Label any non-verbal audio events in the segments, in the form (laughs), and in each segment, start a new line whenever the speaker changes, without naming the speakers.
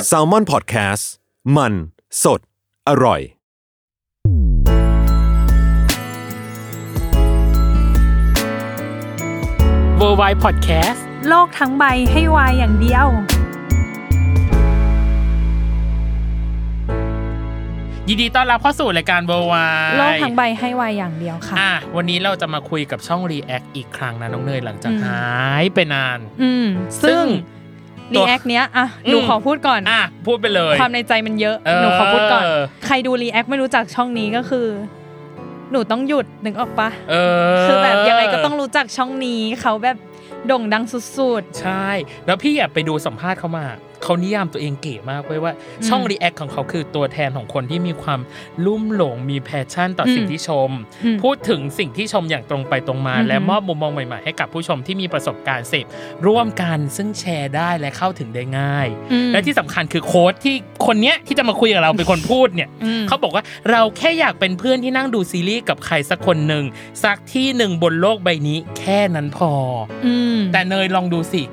s a l m o n PODCAST มันสดอร่อย
w o r l d w i d e Podcast
โลกทั้งใบให้วายอย่างเดียว
ยินดีต้อนรับเข้าสู่รายการ w o r l d w i d e
โลกทั้งใบให้วายอย่างเดียวค่ะ
อ่ะ วันนี้เราจะมาคุยกับช่อง React อีกครั้งนะน้องเนยหลังจาก
อืม
หายไปนาน
อืม ซึ่ง
ตั
รี
ว
แอคเนี้ยอ่ะ
อืม
หนูขอพูดก่อน
อ่ะ พูดไปเลย
ความในใจมันเยอะ
เออ
หนูขอพูดก่อน ใครดูรีแอคไม่รู้จักช่องนี้ก็คือ หนูต้องหยุดนึกออกปะ
เออ
คือแบบยังไงก็ต้องรู้จักช่องนี้ เขาแบบโด่งดังสุด
ใช่ แล้วพี่อะไปดูสัมภาษณ์เขามา เขานิยามตัวเองเก๋มากเว้ยว่า
อืม
ช่อง React ของเขาคือตัวแทนของคนที่มีความลุ่มหลงมีแพชชั่นต่ออ
ม
สิ่งที่ชม
อืม
พูดถึงสิ่งที่ชมอย่างตรงไปตรงมา
อือหือ
และมอบมุมมองใหม่ๆให้กับผู้ชมที่มีประสบการณ์เสพร่วมกันซึ่งแชร์ได้และเข้าถึงได้ง่าย
ๆอืม
และที่สำคัญคือโค้ดที่คนเนี้ยที่จะมาคุยกับเราเป็นคนพูดเนี่ย
อืม
เขาบอกว่าเราแค่อยากเป็นเพื่อนที่นั่งดูซีรีส์กับใครสักคนหนึ่งสักที่หนึ่งบนโลกใบนี้แค่นั้นพอ
อืม
อแต่เนยลองดูสิ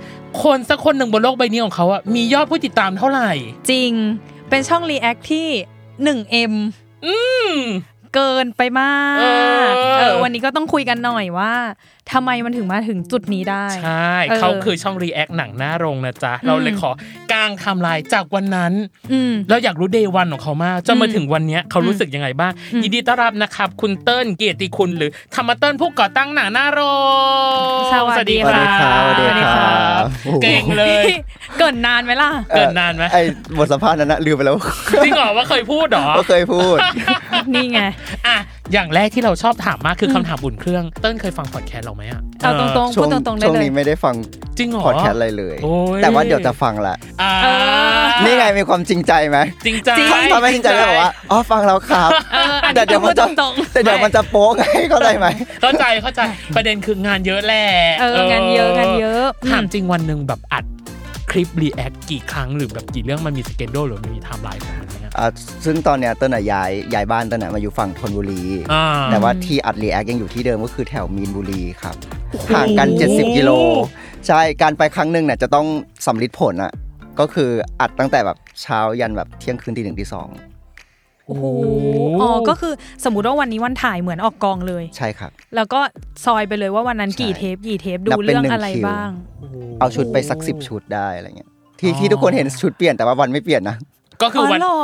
คนสักคนหนึ่งบนโลกใบนี้ของเขาอะมียอดผู้ติดตามเท่าไหร่
จริง เป็นช่องรีแอคที่1 m
อืม
เกินไปมาก
เออ
เออ วันนี้ก็ต้องคุยกันหน่อยว่าทำไมมันถึงมาถึงจุดนี้ได้
ใช่
เออ
เขาคือช่อง React หนังหน้าโรงนะจ๊ะ เราเลย
อืม
ขอกางไทำลายจากวันนั้น
อืม
เราอยากรู้เดย์วันของเขามากจนมา
อืม
ถึงวันเนี้ยเขารู้สึกยังไงบ้าง
อืม
ยินดีต้อนรับนะครับ คุณเติ้ลเกียรติคุณหรือธรรมเติ้ลผู้ก่อตั้งหนังหน้าโรง
สวัสดี
ส
ค่ะ
วัสดีครับ
สวัสดีครับ เก่งเลย
เกิน (laughs) นานไหมล่ะ
เกินนานไหม
ไอ้บทสัมภาษณ์นั้นนะลืมไปแล้ว
จริงเหรอว่าเคยพูดเหรอ
ก็เคยพูด
นี่ไง
อ่ะอย่างแรกที่เราชอบถามมากคือคำถามอุ่นเครื่อง เติ้ลเคยฟังพอดแคสต์เราไหมอ่ะ
เอาตรงๆ
ช่
พู
ว
ด
ง
ตรงๆได้
ช่วง
เลย
นี้ไม่ได้ฟัง
จริงเหรอ
พอดแคสต์อะไรเลย
โอ้ย
แต่ว่าเดี๋ยวจะฟังละ
อ่า
เออ
นี่ไงมีความจริงใจไหม
จริงใจ
ถ้าถ้าไม่จริงใจก็บอกว่าอ๋อฟังแล้วครับ
เอออัน
แต่
นี้
เดี๋ยว
พู
มั
ด
นจะ
ตรง
แต่เดี๋ยวมันจะโป๊กไงเข้าใจไหม
เข้าใจเข้าใจประเด็นคืองานเยอะแหละ
ๆ เอองานเยอะงานเยอะอืม
ถามจริงวันหนึ่งแบบอัดคลิปรีแอคกี่ครั้งหรือแบบกี่เรื่องมันมีสเกจโดหรือมันมีไทม์ไลน์ของมันไหมอะ
อ่ะซึ่งตอนเนี้ยเต้นอะย้ายย้ายบ้านเต้นอะมาอยู่ฝั่งธนบุรี
อ่า
แต่ว่าที่อัดรีแอคยังอยู่ที่เดิมก็คือแถวมีนบุรีครับห่างกัน 70 กิโล ใช่การไปครั้งหนึ่งเนี่ยจะต้องสำลิดผลอ่ะก็คืออัดตั้งแต่แบบเช้ายันแบบเที่ยงคืนตีหนึ่งตีสอง
โอ้โหอ๋อก็คือสมมติว่าวันนี้วันถ่ายเหมือนออกกองเลย
ใช่ครับ
แล้วก็ซอยไปเลยว่าวันนั้นกี่
ใช่
เทปกี่เทปดู
นับเป็น
เรื่อง
หนึ่ง
อะไร
คิว
บ้าง
เอาชุดไปสักสิบชุดได้อะไรเงี้ยที่ที่ทุกคนเห็นชุดเปลี่ยนแต่ว่าวันไม่เปลี่ยนนะ
ก็คืออ
อ
วัน
เหรอ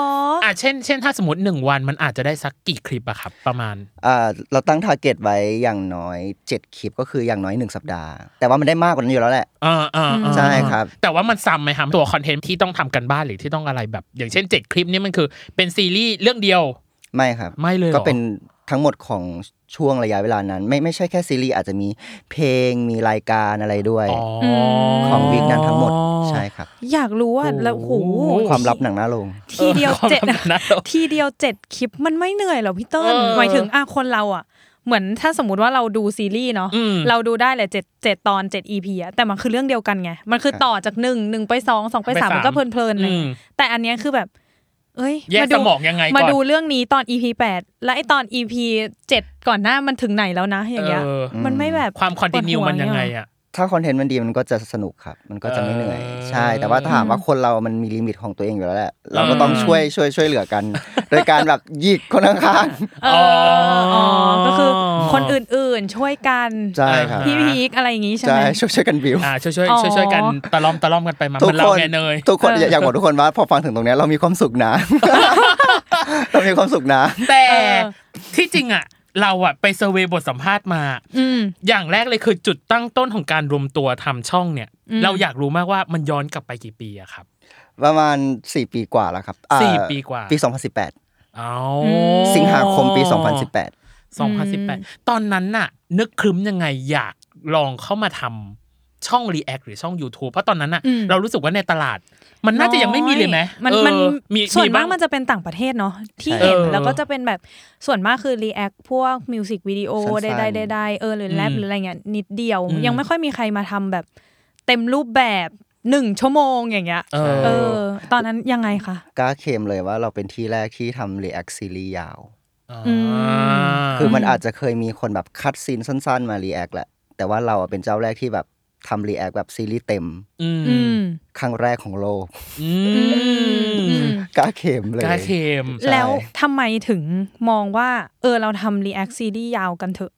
อ่
เช่น เช่น ถ้าสมมติหนึ่งวันมันอาจจะได้สักกี่คลิปอะครับ ประมาณ
อ่าเราตั้งทาร์เก็ตไว้อย่างน้อย 7 คลิปก็คืออย่างน้อย 1 สัปดาห์ แต่ว่ามันได้มากกว่านั้นอยู่แล้วแหละ
เออเออเออ
ใช่ครับ
แต่ว่ามันซ้ำไหมครับตัวคอนเทนต์ที่ต้องทำกันบ้านหรือที่ต้องอะไรแบบ อย่างเช่น 7 คลิปนี่มันคือเป็นซีรีส์เรื่องเดียว
ไม่ครับ
ไม่เลยหรอ
ก็เป็นทั้งหมดของช่วงระยะเวลานั้น ไม่ไม่ใช่แค่ซีรีส์อาจจะมีเพลงมีรายการอะไรด้วย
อ๋อ
ของวีคนั้นทั้งหมดใช่ครับ
อยากรู้ว่าแล้วโอ้โห
ความลับหนังหน้าลง
ทีเดียวเจ็ด
ความลับนะ
ทีเดียวเจ็ดคลิปมันไม่เหนื่อยเหรอพี่เติ้ล
เออ
หมายถึงอ่ะคนเราอ่ะ เหมือนถ้าสมมติว่าเราดูซีรีส์เนาะ
อืม
เราดูได้แหละเจ็ดเจ็ดตอนเจ็ดอีพีอะแต่มันคือเรื่องเดียวกันไง มันคือต่อจากหนึ่งหนึ่งไปสองสองไปสามมันก็เพลินๆเล
อื
ย
ม
แต่อันเนี้ยคือแบบ เอ้ย
แยก
ดู
สมองยังไงก่อน
มาดูเรื่องนี้ตอนอีพีแปดและไอตอนอีพีเจ็ดก่อนหน้ามันถึงไหนแล้วนะ อย่างเงี้ย
เออ
มันไม่แบบ
ความคอนติเนีย
ปวดหั
มันยังไง
เ
อะ
ถ้าคอนเทนต์มันดีมันก็จะสนุกครับ มันก็จะไม่เหนื่อย ใช่ แต่ว่าถ้าถามว่าคนเรามันมีลิมิตของตัวเองอยู่แล้วแหละ เราก็ต้องช่วยช่วยช่วยเหลือ
(laughs)
กัน โดยการแบบหยิกคนข้าง
เอออ๋อก็คือคนอื่นๆช่วยกัน
ๆใช่ครับ
พี่พีคอะไรอย่างงี้ใช่ไห
ใช่
ม
ช่วยช่วยกันบิว
อ่าช่วยช่วย
อ๋อ
ช่วยช่วยกันตะล่อมตะล่อมกันไปมาเห
ทุก
มันเรา
คน
ไงเนย
ทุกคนอยากอยากบอกทุกคนว่าพอฟังถึงตรงเนี้ยเรามีความสุข
(laughs)
นะ เรามีความสุขนะ
แต่
เออ
ที่จริงอ่ะ เราอ่ะไปเซอร์เวยบทสัมภาษณ์มา
อืม
อย่างแรกเลยคือจุดตั้งต้นของการรวมตัวทำช่องเนี่ย
อืม
เราอยากรู้มากว่ามันย้อนกลับไปกี่ปีอะครับ
ประมาณ 4 ปีกว่าแล้วครับอ่า
สี่ปีกว่า
ปี 2018
เอา
สิงหาคมปี 2018
2018 ตอนนั้นน่ะ นึกครึ้มยังไงอยากลองเข้ามาทำช่อง React หรือช่อง YouTube เพราะตอนนั้นน่ะ
อืม
เรารู้สึกว่าในตลาด มันน่าจะยังไม่มีเลยไหม
มัน
เออ
มัน
มี
ส่วน
มี
มา
บ้าก ง
มันจะเป็นต่างประเทศเนาะที่
ใช่
เห็น
เออ
แล้วก็จะเป็นแบบส่วนมากคือ React พวกมิวสิกวิดีโอ
สั้นๆ
ใดๆใดๆเออหรือแรปหรืออะไรเงี้ยนิดเดียว ยังไม่ค่อยมีใครมาทำแบบเต็มรูปแบบหนึ่งชั่วโมงอย่างเงี้ย
เอ
เอ
อ
อ ตอนนั้นยังไงคะ
กล้าเคลมเลยว่าเราเป็นที่แรกที่ทำ React ซีรีส์ยาว
า
คือมันอาจจะเคยมีคนแบบคัดซีนสั้น ๆ มา React แหละ แต่ว่าเราอะเป็นเจ้าแรกที่แบบทำ React แบบซีรีส์เต็ม
อืม
อืม
ครั้งแรกของโลก (laughs)
อื
อืมอื
ม
ม
กล้าเคลมเลย
กล้าเคม
ใช่
แล้วทำไมถึงมองว่า เออเราทำ React ซีรีส์ยาวกันเถอะ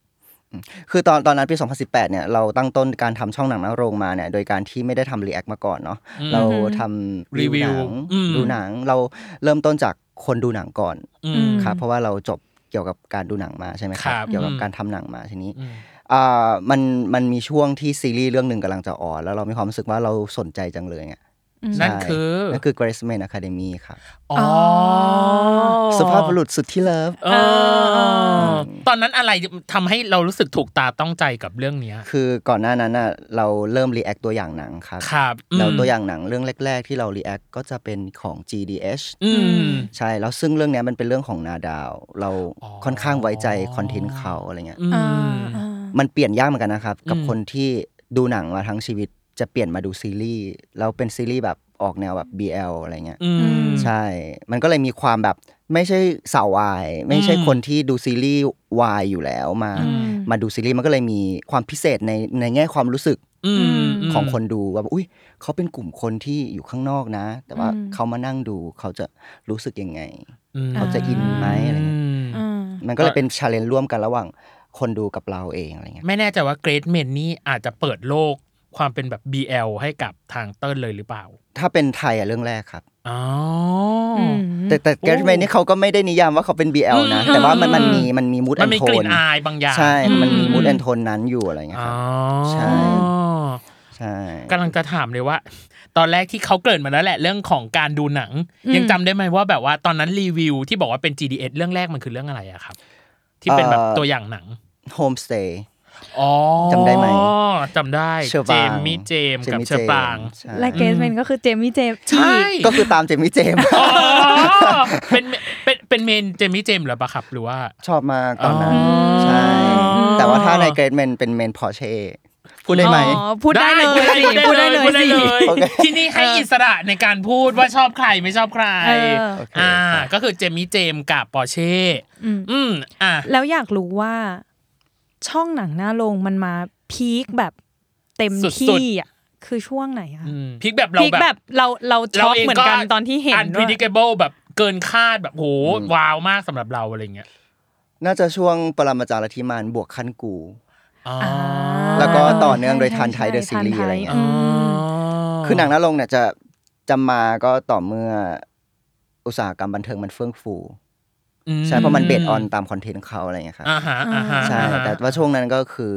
คือตอนตอนนั้นปี 2018 เนี่ยเราตั้งต้นการทำช่องหนังหน้าโรงมาเนี่ยโดยการที่ไม่ได้ทำ React มาก่อนเนาะเราทำ
รีวิ
ห
ว
นัง
อืม
ดูหนังเราเริ่มต้นจากคนดูหนังก่อน
อืม
ครับเพราะว่าเราจบเกี่ยวกับการดูหนังมาใช่ไหมค
ครั
รับ บ เกี่ยวกับการทำหนังมาทีนี้
อืม
อ่ามันมันมีช่วงที่ซีรีส์เรื่องหนึ่งกำลังจะออนแล้วเรามีความรู้สึกว่าเราสนใจจังเลยไง
นั่น
ใช่
คือ
นั่นคือ Grace Man Academy ครับ
อ๋อ
สุภาพบุรุษสุดที่เลิฟ
เออ ตอนนั้นอะไรทำให้เรารู้สึกถูกตาต้องใจกับเรื่องเนี้ย
คือก่อนหน้านั้นน่ะเราเริ่ม React ตัวอย่างหนังครับ
ครับม
แล้วตัวอย่างหนังเรื่องแรก ๆ ที่เรา React ก็จะเป็นของ GDH
อืม
ใช่ แล้วซึ่งเรื่องเนี้ยมันเป็นเรื่องของนาดาว เรา
อ๋อ
ค่อนข้างไว้ใจคอนเทนต์เขาอะไรเงี้ย
อืม
อ่าอ่า
มันเปลี่ยนยากเหมือนกันนะครับ กับ
อืม
คนที่ดูหนังมาทั้งชีวิตจะเปลี่ยนมาดูซีรีส์แล้วเป็นซีรีส์แบบออกแนวแบบ BL อะไรเงี้ย
อืม
ใช่ มันก็เลยมีความแบบไม่ใช่สาววาย ไม่ใช่
อืม
คนที่ดูซีรีส์วายอยู่แล้วมา
อืม
มาดูซีรีส์มันก็เลยมีความพิเศษในในแง่ความรู้สึก
อืม
ของคนดูว่าอุ้ยเขาเป็นกลุ่มคนที่อยู่ข้างนอกนะ แต่ว่า
อืม
เขามานั่งดูเขาจะรู้สึกยังไง
อืม
เขาจะอินไหมอะไรเงี้ย
อ่า
มันก็เลยเป็นชาเลนจ์ร่วมกันระหว่างคนดูกับเราเองอะไรเงี้ย
ไม่แน่ใจว่าเกรทเมนนี่อาจจะเปิดโลกความเป็นแบบ BL ให้กับทางเติ้ลเลยหรือเปล่า
ถ้าเป็นไทยอะเรื่องแรกครับ
อ๋อ
แต่แต่แกรทแมนนี่เขาก็ไม่ได้นิยามว่าเขาเป็น BL นะ แต่ว่ามัน
อืม
มันมีมันมีมูด
มั
แอนน
มี
โท
กลิ่
น
นอายบางอย่าง
ใช่มันมี
อื
มูดแอนโทนนั้นอยู่อะไรเงี้ยค
อ๋อ
รับ ใช่ ใช่
กำลังจะถามเลยว่า ตอนแรกที่เขาเกริดมาแล้วแหละเรื่องของการดูหนัง
อืม
ยังจำได้ไหมว่าแบบว่าตอนนั้นรีวิวที่บอกว่าเป็น GDS เรื่องแรกมันคือเรื่องอะไรอะครับ ที่เป็นแบบ
เอ่อ
ตัวอย่างหนัง
โฮมสเตย์
อ๋อ
จำได้ไหม
จำได้
เชอ
เจ
บาง
มมี่เจมส์กั
เจ
บ
มี่
เชอปราง
เจมส์ใช่
และเกสเมนก็คือเจมี่เจมส์
ใช่
ก็คือตามเจมี่เจมส์
อ๋อเป็นเป็นเป็นเมนเจมมี่เจมส์เหรอปะครับ หรือว่า
ชอบมากตอนนั้น
อ๋อ
ใช่
อืม
แต่ว่าถ้าในเกรดเมนเป็นเมนพอเช่พูดได้ไหม
อ๋อพูดได้เลยสิพูดได้เลย
พูดได้
สิ
เลย
โอเค
ที่นี่ให้อิสระในการพูดว่าชอบใครไม่ชอบใคร
เออ
โอเค
อ่า
ครับ
ก็คือเจมมี่เจมส์กับปอร์เช่
อืม
อืมอ่ะ
แล้วอยากรู้ว่าช่องหนังหน้าโรงมันมาพีคแบบเต็ม
สุด
ที่อ่ะคือช่วงไหนอ่ะ
พลิกแบบเรา
พีค
แบบ
แบบเราเราช็อกเหมือนกันตอนที่เห็น
อันพิ
ว่า
ดิเกเบิลแบบเกินคาดแบบโหว้าวมากสำหรับเราอะไรเงี้ย
น่าจะช่วงปรมาจารย์ลัทธิมานบวกขั้นกู
อ๋อ
แล้วก็ต่อเนื่องโดย
ใช่
ทันไทยเดอะ
ใช่
ซีรีส์
ทันไทย
อะไรเงี้ย
อ๋อ
คือหนังหน้าลงเนี่ยจะจะมาก็ต่อเมื่ออุตสาหกรรมบันเทิงมันเฟื่องฟู
อื
ใช่เพราะมันเบสออนตามคอนเทนต์เขาอะไรเงี้ยครับ
อ่าฮะอ่าฮะ
ใช่
อ่ฮะ
แต่ว่าช่วงนั้นก็คือ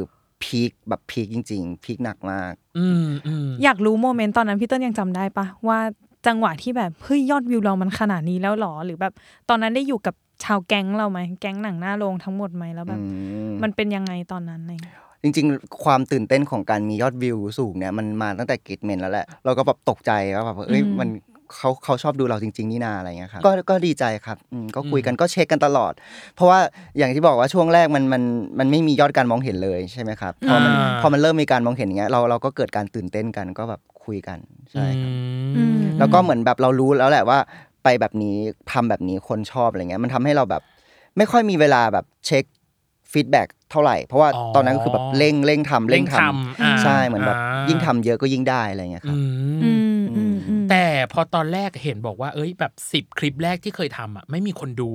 พีคแบบพีคจริง ๆ พีคหนักมาก
อืมอืม
อยากรู้โมเมนต์ตอนนั้นพี่เต้นยังจำได้ปะว่าจังหวะที่แบบเฮ้ยยอดวิวเรามันขนาดนี้แล้วหรอหรือแบบ ตอนนั้นได้อยู่กับชาวแก๊งเราไหมแก๊งหนังหน้าโรงทั้งหมดไหมแล้วแบบ มันเป็นยังไงตอนนั้นอะไรเงี้ย
จริงๆ ความตื่นเต้นของการมียอดวิวสูงเนี่ยมันมาตั้งแต่เกตเมนแล้วแหละ เราก็แบบตกใจว่าแบบเอ้ยมันเขาเขาชอบดูเราจริง ๆ นี่นาอะไรเงี้ยครับก็ก็ดีใจครับอืมก็คุยกันก็เช็คกันตลอด เพราะว่าอย่างที่บอกว่าช่วงแรกมันมันมันไม่มียอดการมองเห็นเลยใช่ไหมครับพอมันพอมันเริ่มมีการมองเห็นอย่างเงี้ยเราเราก็เกิดการตื่นเต้นกันก็แบบคุยกันใช่ครับ
อืม
แล้วก็เหมือนแบบเรารู้แล้วแหละว่า ไปแบบนี้ทำแบบนี้คนชอบอะไรเงี้ยมันทำให้เราแบบ ไม่ค่อยมีเวลาแบบเช็คฟีดแบ็ก เท่าไหร่ เพราะว่า
อ๋อ
ตอนนั้นก็คือแบบเร่งเร่งทำเร่งท
อ่า
ำใช่เหมือนแบบ
า
ยิ่งทำเยอะก็ยิ่งได้อะไรเงี้ยครั
อื
บ
ม
อืมอืมอืม
แต่พอตอนแรกเห็นบอกว่า เอ้ยแบบสิบ10 คลิปแรกที่เคยทำอ่ะ ไม่มีคนดู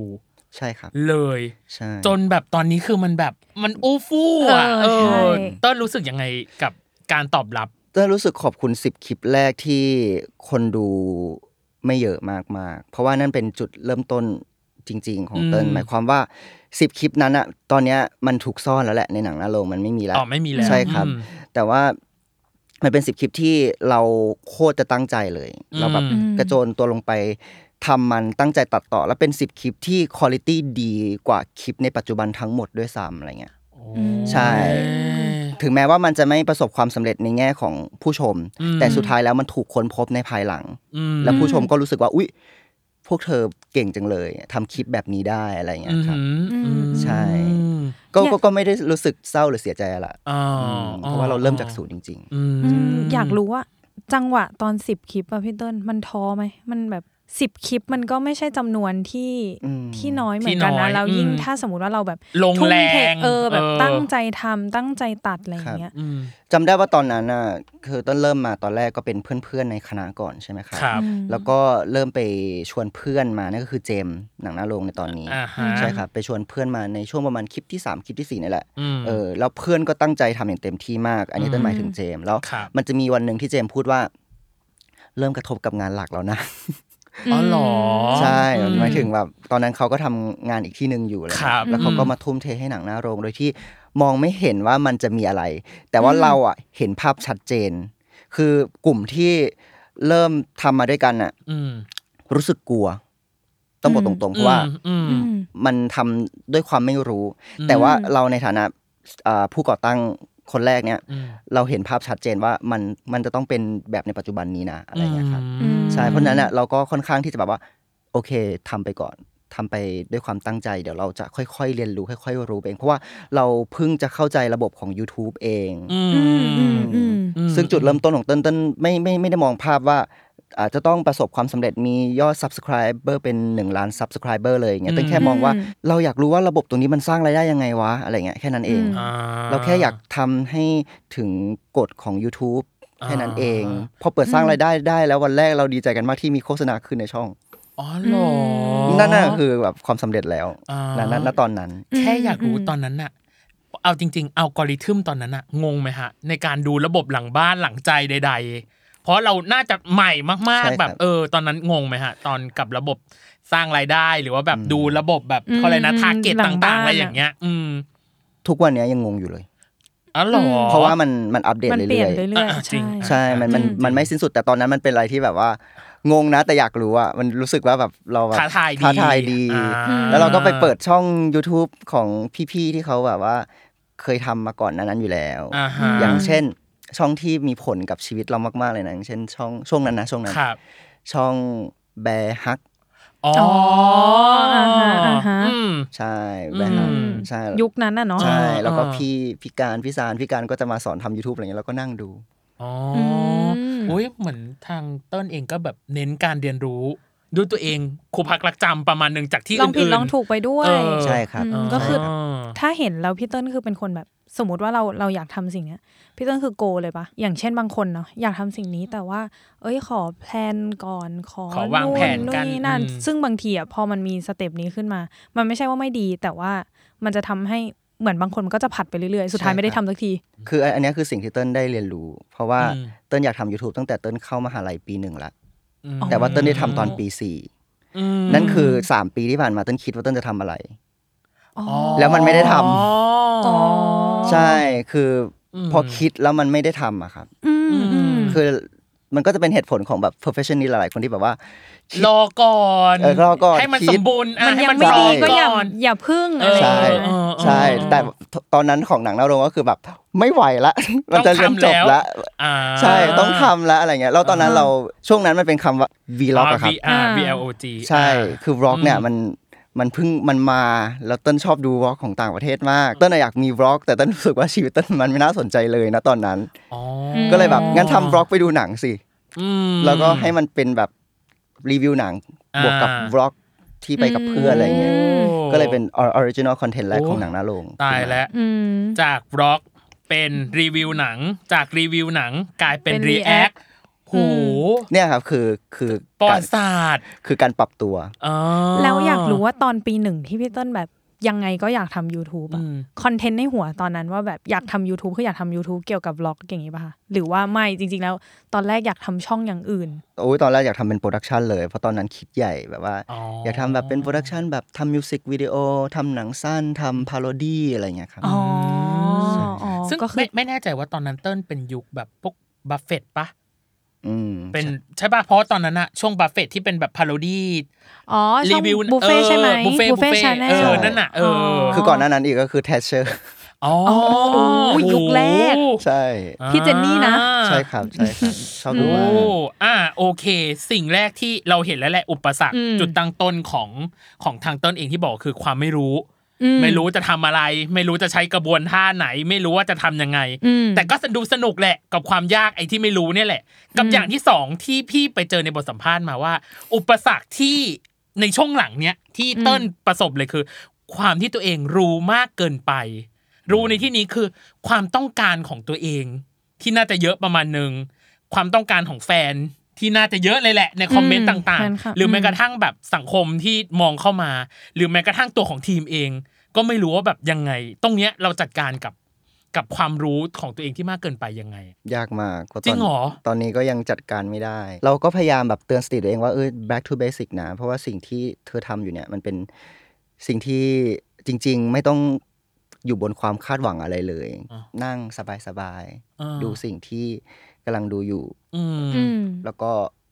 ใช่ครับ
เลย
ใช่
จนแบบตอนนี้คือมันแบบมันอู้ฟู่อ่ะ
เออใช่
เต้นรู้สึกยังไงกับการตอบรับ
เต้ยรู้สึกขอบคุณ10คลิปแรกที่คนดูไม่เยอะมากๆ เพราะว่านั่นเป็นจุดเริ่มต้นจริง ๆ ของเติ้ล
อืม
หมายความว่า 10คลิปนั้นอะตอนเนี้ยมันถูกซ่อนแล้วแหละในหนังหนาโรงมันไม่มีแล้ว
อ๋อไม่มีแล้ว
ใช่ครับ
อืม
แต่ว่ามันเป็น10คลิปที่เราโคตรจะตั้งใจเลย เราแบบ
อืม
กระโจนตัวลงไปทำมันตั้งใจตัดต่อ แล้วเป็น10คลิปที่คุณภาพดีกว่าคลิปในปัจจุบันทั้งหมดด้วยซ้ำอะไรเงี้ย ใช่ ถึงแม้ว่ามันจะไม่ประสบความสำเร็จในแง่ของผู้ชม
อืม
แต่สุดท้ายแล้วมันถูกค้นพบในภายหลัง
อืม
แล้วผู้ชมก็รู้สึกว่า อุ๊ย พวกเธอเก่งจังเลยทำคลิปแบบนี้ได้อะไรอย่างเงี้
อื
ย
ม
ครับ
อืม
ใช่
อืม
ก็
เนี่ย
ก็ก็ไม่ได้รู้สึกเศร้าหรือเสียใจอะไรละ
อ๋อ
อืม
อ๋
เพ
อ
ราะว่าเราเริ่มจากศูนย์จริง
อืม
อืมอยากรู้ว่า จังหวะตอนสิบคลิปอะพี่เติ้ลมันท้อไหมมันแบบสิบ10 คลิปมันก็ไม่ใช่จำนวนที่
อืม
ที่น้อยเหมือนกัน
ที่น้อย
นะแล้วยิ่ง
อืม
ถ้าสมมติว่าเราแบบ
ลง
ทุ่ม
แร
เท
ง
เออแบบตั้ง
เออ
ใจทำตั้งใจตัดอะไรอย่างเงี้ย
อืม
ๆจำได้ว่าตอนนั้นน่ะคือต้นเริ่มมาตอนแรกก็เป็นเพื่อนๆในคณะก่อนใช่ไหมครับ
ครับ
แล้วก็เริ่มไปชวนเพื่อนมานั่นก็คือเจมส์หนังหน้าโรงในตอนนี้
อ่าฮะ
ใช่ครับไปชวนเพื่อนมาในช่วงประมาณคลิปที่สามคลิปที่สี่นี่แหละ
อืม
เออแล้วเพื่อนก็ตั้งใจทำอย่างเต็มที่มาก อันนี้
อืม
ต้นหมายถึงเจมส์แล้ว
ครับ
มันจะมีวันหนึ่งที่เจมส์พูดว่า เริ่มกระทบกับงานหลักแล้วนะ
อ๋อเหรอ
ใช่หมายถึงแบบตอนนั้นเขาก็ทำงานอีกที่หนึ่งอยู่เลยนะครับ แล้วเขาก็มาทุ่มเทให้หนังหน้าโรงโดยที่มองไม่เห็นว่ามันจะมีอะไร แต่ว่าเราอ่ะเห็นภาพชัดเจน คือกลุ่มที่เริ่มทำมาด้วยกันอ่ะ
อืม
รู้สึกกลัว ต้องบอกตรงๆเพราะว่า
อืม
อืม
มันทำด้วยความไม่รู้ แต่ว่าเราในฐานะอ่าผู้ก่อตั้งคนแรกเนี่ย
อืม
เราเห็นภาพชัดเจนว่ามันมันจะต้องเป็นแบบในปัจจุบันนี้นะอะไรเงี้ยครับ
อืม
ใช่เพราะฉะนั้นน่ะเราก็ค่อนข้างที่จะแบบว่า โอเคทำไปก่อนทำไปด้วยความตั้งใจ เดี๋ยวเราจะค่อยๆ เรียนรู้ค่อยๆรู้ไปเองเพราะว่าเราเพิ่งจะเข้าใจระบบของ YouTube เอง
อื
อืมอื
ม
มอืม
ซึ่งจุดเริ่มต้นของเต้นเต้นไม่ไม่ไม่ได้มองภาพว่าอาจจะต้องประสบความสำเร็จมียอด subscriber เป็น 1 ล้าน subscriber เลยอย่างเงี้ยเต้นแค่มองว่า
อืม
เราอยากรู้ว่าระบบตรงนี้มันสร้างรายได้ยังไงวะอะไรเงี้ยแค่นั้นเอง
อ่
เราแค่อยากทำให้ถึงกฎของ YouTube แค่นั้นเอง พอเปิดสร้างรายได้ได้แล้ววันแรกเราดีใจกันมากที่มีโฆษณาขึ้นในช่อง
อ๋อเหรออ
นั่นน่ะคือแบบความสำเร็จแล้ว
อ่า
ณณณตอนนั้น
แค่อยากรู้ตอนนั้นน่ะ เอาจริง ๆ เอากริทึมตอนนั้นน่ะ งงไหมฮะ ในการดูระบบหลังบ้านหลังใจใด ๆ เพราะเราน่าจะใหม่มาก
ใช่ครั
ๆ
บ
แบบเออ ตอนนั้นงงไหมฮะ ตอนกับระบบสร้างรายได้หรือว่าแบบดูระบบแบบเขาอะไรนะ
อืม
ทาร์เก็ต
หลัง
ต่างๆ
บ้าน
อะไรอย่างเงี้ย อืม
ทุกวันเนี้ยยังงงอยู่เลย
อ๋อเหรอ
เพราะว่ามันมันอัปเดต
มัน
เรื่
เปลี่ยน
อยๆ
เรื่อย
อ่ะ
ๆ
จริง
ใช่
ใช่ มัน มัน
อืม
มันไม่สิ้นสุด แต่ตอนนั้นมันเป็นอะไรที่แบบว่า งงนะ แต่อยากรู้อะมันรู้สึกว่าแบบเราแบบ
ท้าทายดี
ท้าทายดี
อ่า
แล้วเราก็ไปเปิดช่อง YouTube ของพี่ ๆ ที่เขาแบบว่า เคยทำมาก่อนหนานั้นอยู่แล้ว
อ่าฮะ
อย่างเช่น ช่องที่มีผลกับชีวิตเรามากๆเลยนะอย่างเช่นช่องช่วงนั้นนะช่วงนั้น
ครับ
ช่องแบฮัก
อ๋ออ่า
ฮะอ่าฮะ
อืม
ใช่แบฮัก
อืม
ใช่
ยุคนั้นน่ะเนาะ
ใช่ แล้วก็
อ่า
พี่พี่การพี่สารพี่การก็จะมาสอนทำ YouTube อะไรเงี้ยเราก็นั่งดู
อ๋ออ
ม
อุ้ยเหมือนทางเต้นเองก็แบบเน้นการเรียนรู้ด้วยตัวเองครูพักรักจำประมาณหนึ่งจากที่
ลองผิด
อื่นๆ
ลองถูกไปด้วย
เออ
ใช่ครับ
อืมก็คือ ถ้าเห็นแล้วพี่เติ้ลคือเป็นคนแบบสมมติว่าเราเราอยากทำสิ่งเนี้ยพี่เติ้ลคือโกเลยปะอย่างเช่นบางคนเนาะอยากทำสิ่งนี้แต่ว่า เอ้ยขอแพลนก่อนขอ
ขอวางแผน
นู่
กัน
นั่น
อืม
ซึ่งบางทีอ่ะพอมันมีสเต็ปนี้ขึ้นมา มันไม่ใช่ว่าไม่ดี แต่ว่ามันจะทำให้เหมือนบางคนมันก็จะผัดไปเรื่อยๆ สุดท้ายไม่ได้ทำสักที
คืออันอันเนี้ยคือสิ่งที่เติ้ลได้เรียนรู้ เพราะว่า
อืม
เติ้ลอยากทำ YouTube ตั้งแต่เติ้ลเข้ามหาลัยปีหนึ่งละ
ม
แต่ว่าเติ้ลได้ทำตอนปีสี่
อืม
นั่นคือ 3 ปีที่ผ่านมาเติ้ลคิดว่าเติ้ลจะทำอะไร
อ๋อ
แล้วมันไม่ได้ทำ
อ๋ออ๋อ
ใช่คืออ
ม
พอคิดแล้วมันไม่ได้ทำอะครับ
อืมอืม
คือมันก็จะเป็นเหตุผลของแบบ professional หลายๆคนที่แบบว่า
รอก่อน
เออรอก่อน
ให้มัน
คิ
ส
ด
มบูรณ์อ่ะ
มัน
ให้
ยังไม่
พร้
ดี
อ
ก็อย่า
อน
อย่าพึ่ง
เอ
อะ
ใช่
อ
ไรอย่างเงี้ย
อ
ใช่
เออ
แต่ตอนนั้นของหนังนาโรงก็คือแบบไม่ไหวละมันจะเรียนจบละ
อ่า
ใช่ต้องทำละอะไรเงี้ยแล้วตอนนั้นเราช่วงนั้นมันเป็นคำว่า vlog อะครับ
อ่า
อ่า
V L O G
ใช่ คือร็อกเนี่ยมันมันเพิ่งมันมา แล้วเต้นชอบดูร็อกของต่างประเทศมาก เต้นอะอยากมีร็อก แต่เต้นรู้สึกว่าชีวิตเต้นมันไม่น่าสนใจเลยนะตอนนั้น
อ๋อ
ก็เลยแบบงั้นทำร็อกไปดูหนังสิ
อืม
แล้วก็ให้มันเป็นแบบรีวิวหนัง
อ่า
บวกกับร็อกที่ไปกับเพื่อนอะไรเงี้ย
โอ้
ก็เลยเป็นออริจินอลคอนเทนต์แรกของหนังหน้าโรง
ตายแล้ว
อืม
จากบล็อกเป็นรีวิวหนัง จากรีวิวหนังกลายเป็น
เป็น
รีแอค
react
โหู
เนี่ยครับคือคือ
ประ
กา
วั
ร
ติศาสตร์
คือการปรับตัว
อ๋อ
แล้วอยากรู้ว่าตอนปีหนึ่งที่พี่เต้นแบบยังไงก็อยากทำ YouTube อะ
อืม
คอนเทนต์ในหัวตอนนั้นว่าแบบอยากทำ YouTube คืออยากทำ YouTube เกี่ยวกับบล็อกอย่างนี้ป่ะคะหรือว่าไม่จริง ๆ แล้วตอนแรกอยากทำช่องอย่างอื่น
โอ้ยตอนแรกอยากทำเป็นโปรดักชันเลย เพราะตอนนั้นคิดใหญ่แบบว่า
อ๋อ
อ
อ
ยากทำแบบเป็นโปรดักชันแบบทำมิวสิกวิดีโอทำหนังสั้นทำพาโรดี้อะไรเงี้ยครับ
อ๋ออ๋อ
ซึ่ง
ก็คื
ไม่
อ
ไม่แน่ใจว่าตอนนั้นเติ้ลเป็นยุคแบบพวกบัฟเฟตต์ปะ
อืม
เป็นใช่ปะเพราะว่าตอนนั้นอะช่วงบัฟเฟตต์ที่เป็นแบบพาโรดี้
อ๋อช่
รี
อง
วิว
บุฟเฟ่ต์ใช่ไหม
บุฟเฟ่ต์บุฟเฟ่ต์
ชาแนล
เออนั่นน่ะเอออ
คือก่อนหน้านั้นอีกก็คือแทชเชอร์
อ๋อ
อ๋อโอ้ยยุคแรก
ใช่
พี่เจนนี่นะ
ใช่ครับ ใช่ครับชอบดู
โอ้
มาก
อ่าโอเค สิ่งแรกที่เราเห็นแล้วแหละอุปสรรค
อืม
จุดตั้งต้นของของทางต้นเองที่บอกคือความไม่รู้
อื
ไม่รู้จะทำอะไร ไม่รู้จะใช้กระบวนท่าไหน ไม่รู้ว่าจะทำยังไง
อืม
แต่ก็สนุกสนุกแหละกับความยากไอ้ที่ไม่รู้เนี่ยแหละ กับ
อืม
อย่างที่สองที่พี่ไปเจอในบทสัมภาษณ์มาว่า อุปสรรคที่ในช่วงหลังเนี้ยที่เติ้ลประสบเลยคือ ความที่ตัวเองรู้มากเกินไป รู้ในที่นี้คือ ความต้องการของตัวเอง ที่น่าจะเยอะประมาณหนึ่งความต้องการของแฟนที่น่าจะเยอะเลยแหละในคอมเมนต์
อืม
ต่าง
แฟนคลับ
ๆ หรือแม้
อืม
กระทั่งแบบสังคมที่มองเข้ามา หรือแม้กระทั่งตัวของทีมเอง ก็ไม่รู้ว่าแบบยังไง ตรงเนี้ยเราจัดการกับกับความรู้ของตัวเองที่มากเกินไปยังไง
ยากมากกว่าตน
จริงเหรอ
ตอนนี้ก็ยังจัดการไม่ได้ เราก็พยายามแบบเตือนสติตัวเองว่าเออ back to basic นะ เพราะว่าสิ่งที่เธอทำอยู่เนี่ย มันเป็นสิ่งที่จริง ๆ ไม่ต้องอยู่บนความคาดหวังอะไรเลย
อ่ะ
นั่งสบาย
อ่า
ๆ ดูสิ่งที่กำลังดูอยู่
อืม
อืม
แล้วก็